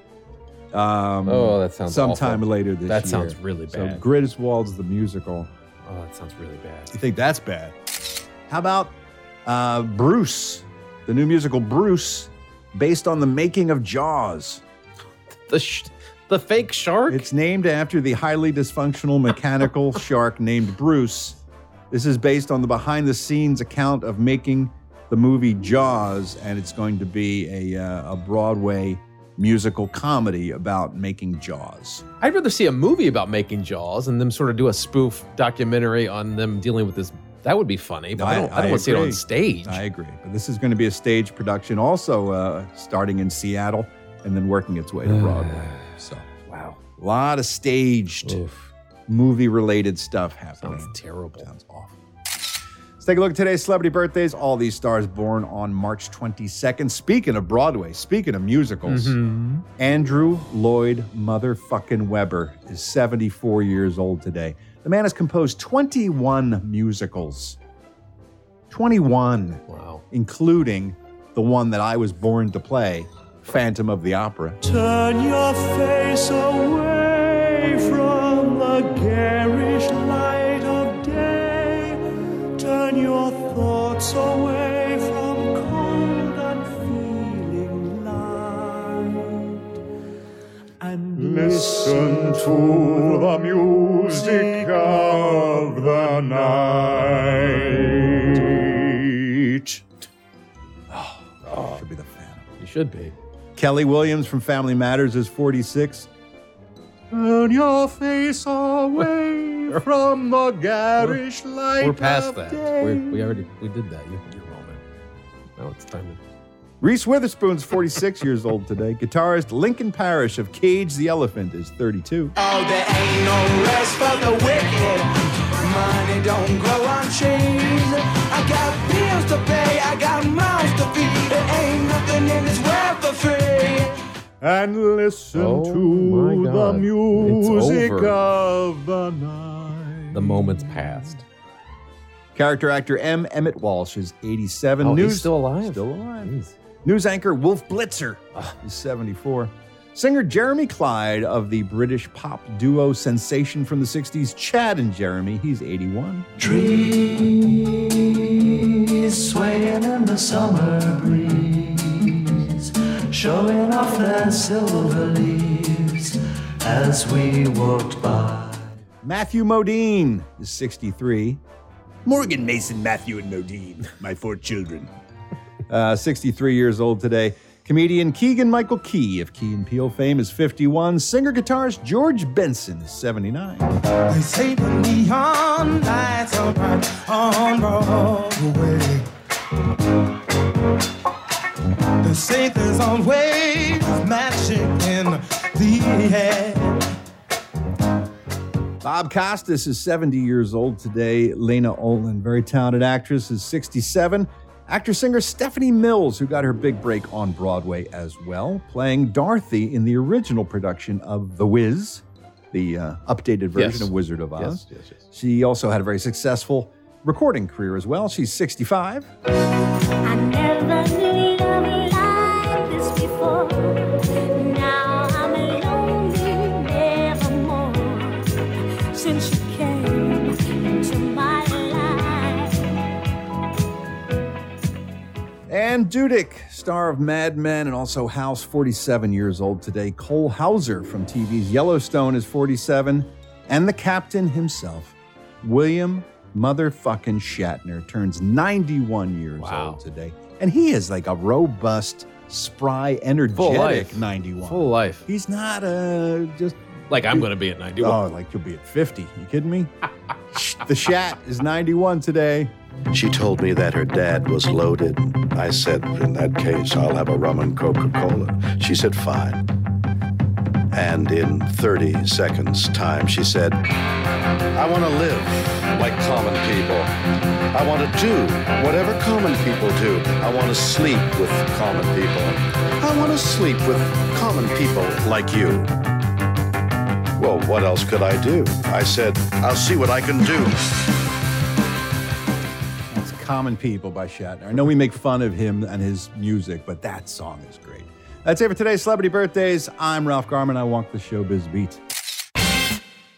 Speaker 2: Um,
Speaker 8: Oh, that sounds
Speaker 2: sometime
Speaker 8: awful.
Speaker 2: later this
Speaker 8: That
Speaker 2: year.
Speaker 8: sounds really
Speaker 2: So
Speaker 8: bad.
Speaker 2: Griswold's the musical.
Speaker 8: Oh, that sounds really bad.
Speaker 2: You think that's bad? How about uh, Bruce, the new musical Bruce, based on the making of Jaws?
Speaker 8: The sh- the fake shark.
Speaker 2: It's named after the highly dysfunctional mechanical shark named Bruce. This is based on the behind-the-scenes account of making the movie Jaws, and it's going to be a, uh, a Broadway musical comedy about making Jaws.
Speaker 8: I'd rather see a movie about making Jaws and them sort of do a spoof documentary on them dealing with this. That would be funny, but I, don't, I, don't want to see it
Speaker 2: agree.
Speaker 8: on stage.
Speaker 2: I agree. But this is going to be a stage production, also uh, starting in Seattle and then working its way to
Speaker 8: Uh,
Speaker 2: Broadway. So,
Speaker 8: wow.
Speaker 2: A lot of staged movie related stuff happening.
Speaker 8: Sounds terrible. Sounds
Speaker 2: awful. Let's take a look at today's celebrity birthdays. All these stars born on March 22nd. Speaking of Broadway, speaking of musicals,
Speaker 8: Mhm.
Speaker 2: Andrew Lloyd motherfucking Webber is 74 years old today. The man has composed 21 musicals. 21.
Speaker 8: Wow.
Speaker 2: Including the one that I was born to play, Phantom of the Opera.
Speaker 9: Turn your face away from the garish light of day. Turn your thoughts away from cold unfeeling light. And
Speaker 21: Listen to the music of the night.
Speaker 2: Should be the fan.
Speaker 8: You should be.
Speaker 2: Kelly Williams from Family Matters is 46. Turn your face away from the garish light.
Speaker 8: We're past
Speaker 2: of
Speaker 8: that.
Speaker 2: day.
Speaker 8: We're, we already we did that. You, you're wrong. man. Now it's time to.
Speaker 2: Reese Witherspoon's 46 years old today. Guitarist Lincoln Parrish of Cage the Elephant is 32.
Speaker 9: Oh, there ain't no rest for the wicked. Money don't grow on trees. I got bills to pay, I got mouths to feed. There ain't nothing in this world for free.
Speaker 21: And listen to the
Speaker 8: Oh God. It's
Speaker 21: music
Speaker 8: over.
Speaker 21: of the night.
Speaker 8: The moment's passed.
Speaker 2: Character actor M. Emmett Walsh is 87.
Speaker 8: Oh, he's
Speaker 2: News
Speaker 8: still alive.
Speaker 2: Still alive. News anchor Wolf Blitzer is 74. Singer Jeremy Clyde of the British pop duo sensation from the 60s, Chad and Jeremy, he's 81.
Speaker 9: Trees swaying in the summer breeze, showing off their silver leaves as we walked by.
Speaker 2: Matthew Modine is 63. Morgan Mason, Matthew, and Modine, my four children. Uh, 63 years old today. Comedian Keegan Michael Key of Key and Peele fame is 51. Singer guitarist George Benson is 79.
Speaker 9: They say the neon lights are bright on Broadway. They say there's always magic in the air.
Speaker 2: Bob Costas is 70 years old today. Lena Olin, very talented actress, is 67. Actor singer Stephanie Mills, who got her big break on Broadway as well, playing Dorothy in the original production of The Wiz, the uh, updated version
Speaker 8: Yes.
Speaker 2: of Wizard of Oz.
Speaker 8: Yes, yes, yes.
Speaker 2: She also had a very successful recording career as well. She's 65.
Speaker 1: I never knew love like this before. Now I'm lonely nevermore since you came into my life.
Speaker 2: Ann Dudick, star of Mad Men and also House, 47 years old today. Cole Hauser from TV's Yellowstone is 47. And the captain himself, William motherfucking Shatner, turns 91 years old today. And he is like a robust, spry,
Speaker 8: Full
Speaker 2: energetic
Speaker 8: life.
Speaker 2: 91.
Speaker 8: Full life.
Speaker 2: He's not uh, just
Speaker 8: like I'm going to be at 91.
Speaker 2: Oh, like you'll be at 50. You kidding me? the Shat is 91 today.
Speaker 4: She told me that her dad was loaded. I said, In that case, I'll have a rum and Coca Cola. She said, Fine. And in 30 seconds' time, she said, I want to live like common people. I want to do whatever common people do. I want to sleep with common people. I want to sleep with common people like you. Well, what else could I do? I said, I'll see what I can do.
Speaker 2: That's Common People by Shatner. I know we make fun of him and his music, but that song is great. That's it for today's Celebrity Birthdays. I'm Ralph Garman. I walk the showbiz beat.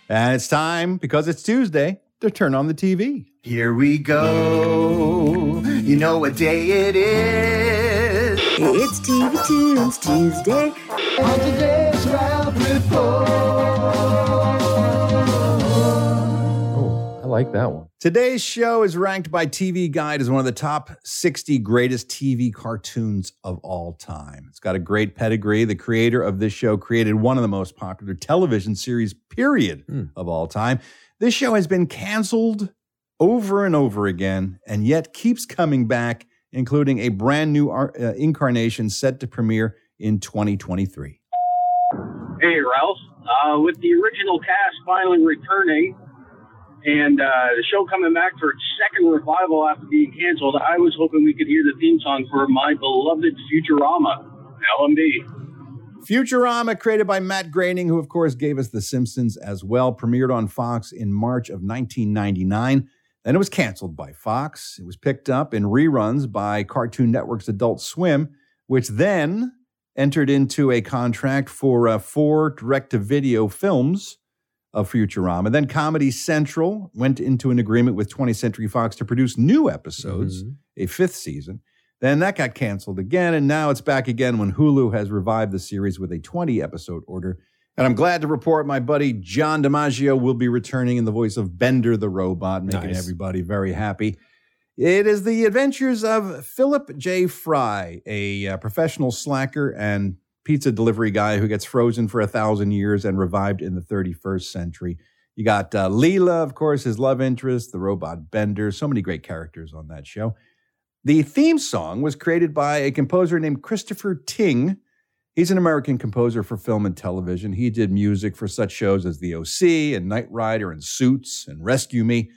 Speaker 2: And it's time, because it's Tuesday, to turn on the TV.
Speaker 6: Here we go. You know what day it is. It's TV Tunes Tuesday. On today's Ralph
Speaker 2: I like that one. Today's show is ranked by TV Guide as one of the top 60 greatest TV cartoons of all time. It's got a great pedigree. The creator of this show created one of the most popular television series, period, of all time. This show has been canceled over and over again and yet keeps coming back, including a brand new ar- uh, incarnation set to premiere in 2023.
Speaker 10: Hey, Ralph. Uh, with the original cast finally returning and uh, the show coming back for its second revival after being canceled, I was hoping we could hear the theme song for my beloved Futurama, LMB.
Speaker 2: Futurama, created by Matt Groening, who of course gave us The Simpsons as well, premiered on Fox in March of 1999. Then it was canceled by Fox. It was picked up in reruns by Cartoon Network's Adult Swim, which then entered into a contract for uh, four direct-to-video films of Futurama. Then Comedy Central went into an agreement with 20th Century Fox to produce new episodes,
Speaker 8: Mm-hmm.
Speaker 2: a fifth season. Then that got canceled again, and now it's back again when Hulu has revived the series with a 20 episode order. And I'm glad to report my buddy John DiMaggio will be returning in the voice of Bender the Robot, making
Speaker 22: Nice.
Speaker 2: everybody very happy. It is the adventures of Philip J. Fry, a uh, professional slacker and pizza delivery guy who gets frozen for a thousand years and revived in the 31st century. You got uh, Leela, of course, his love interest, the robot Bender, so many great characters on that show. The theme song was created by a composer named Christopher Ting. He's an American composer for film and television. He did music for such shows as The OC and Knight Rider and Suits and Rescue Me.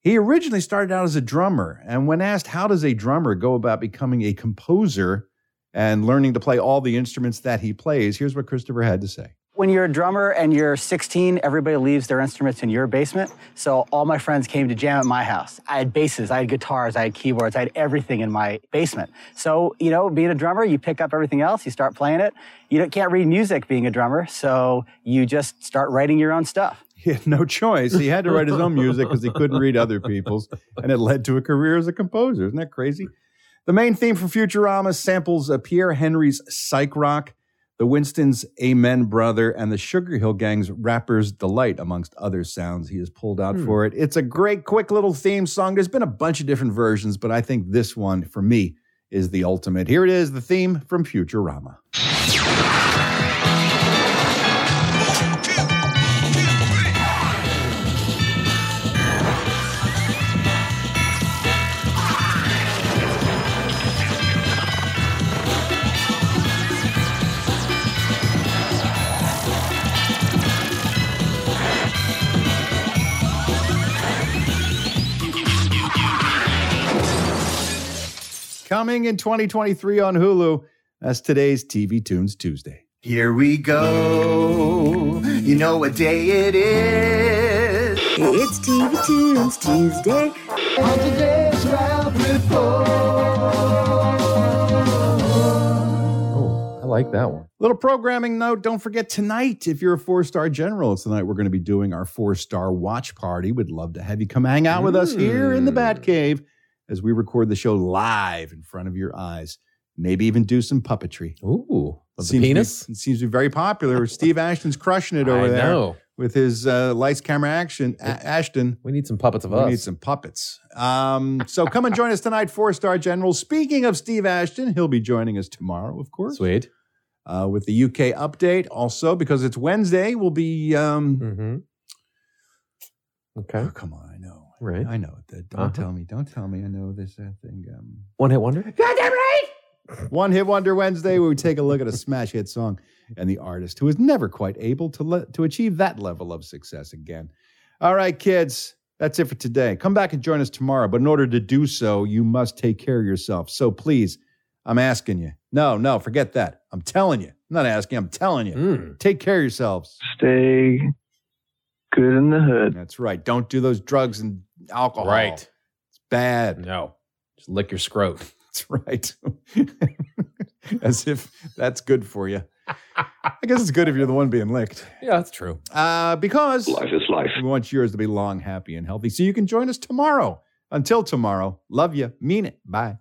Speaker 2: He originally started out as a drummer, and when asked how does a drummer go about becoming a composer and learning to play all the instruments that he plays, here's what Christopher had to say.
Speaker 7: When you're a drummer and you're 16, everybody leaves their instruments in your basement. So all my friends came to jam at my house. I had basses, I had guitars, I had keyboards, I had everything in my basement. So, you know, being a drummer, you pick up everything else, you start playing it. You don't- can't read music being a drummer, so you just start writing your own stuff.
Speaker 2: He had no choice. He had to write his own music because he couldn't read other people's, and it led to a career as a composer. Isn't that crazy? The main theme for Futurama samples uh, Pierre Henry's psych rock, the Winston's Amen Brother, and the Sugar Hill Gang's Rapper's Delight, amongst other sounds he has pulled out
Speaker 22: Hmm.
Speaker 2: for it. It's a great, quick little theme song. There's been a bunch of different versions, but I think this one, for me, is the ultimate. Here it is the theme from Futurama. Coming in 2023 on Hulu, that's today's TV Tunes Tuesday.
Speaker 6: Here we go. You know what day it is. It's TV Tunes Tuesday. On today's Ralph
Speaker 8: Oh,
Speaker 2: I like that one. Little programming note don't forget tonight, if you're a four star general, it's the night we're going to be doing our four star watch party. We'd love to have you come hang out with us here in the Batcave as we record the show live in front of your eyes. Maybe even do some puppetry. Ooh,
Speaker 8: of the penis?
Speaker 2: it seems to be very popular. Steve Ashton's crushing it over
Speaker 8: I
Speaker 2: there
Speaker 8: know.
Speaker 2: with his uh, lights, camera, action. A- Ashton. We need some puppets of
Speaker 8: us.
Speaker 2: We need some puppets. Um, so come and join us tonight, Four Star General. Speaking of Steve Ashton, he'll be joining us tomorrow, of course. Sweet. Uh, with the UK update, also because it's Wednesday, we'll be. Um,
Speaker 8: Mm. Mm-hmm.
Speaker 2: Okay. come on, I know. Right. I know. That, don't
Speaker 22: Uh-huh.
Speaker 2: tell me. Don't tell me. I know this uh, thing. Um,
Speaker 8: One hit wonder.
Speaker 6: Goddamn right!
Speaker 2: One Hit Wonder Wednesday, where we take a look at a smash hit song and the artist who was never quite able to, le- to achieve that level of success again. All right, kids, that's it for today. Come back and join us tomorrow. But in order to do so, you must take care of yourself. So please, I'm asking you. No, no, forget that. I'm telling you. I'm not asking, I'm telling you.
Speaker 8: Mm. Hmm.
Speaker 2: Take care of yourselves.
Speaker 15: Stay good in the hood.
Speaker 2: That's right. Don't do those drugs and alcohol. Right. It's bad.
Speaker 3: No. Just lick your scrot.
Speaker 2: That's right. As if that's good for you. I guess it's good if you're the one being licked.
Speaker 3: Yeah, that's true.
Speaker 2: Uh, because life is life. We want yours to be long, happy, and healthy. So you can join us tomorrow. Until tomorrow, love you, mean it. Bye.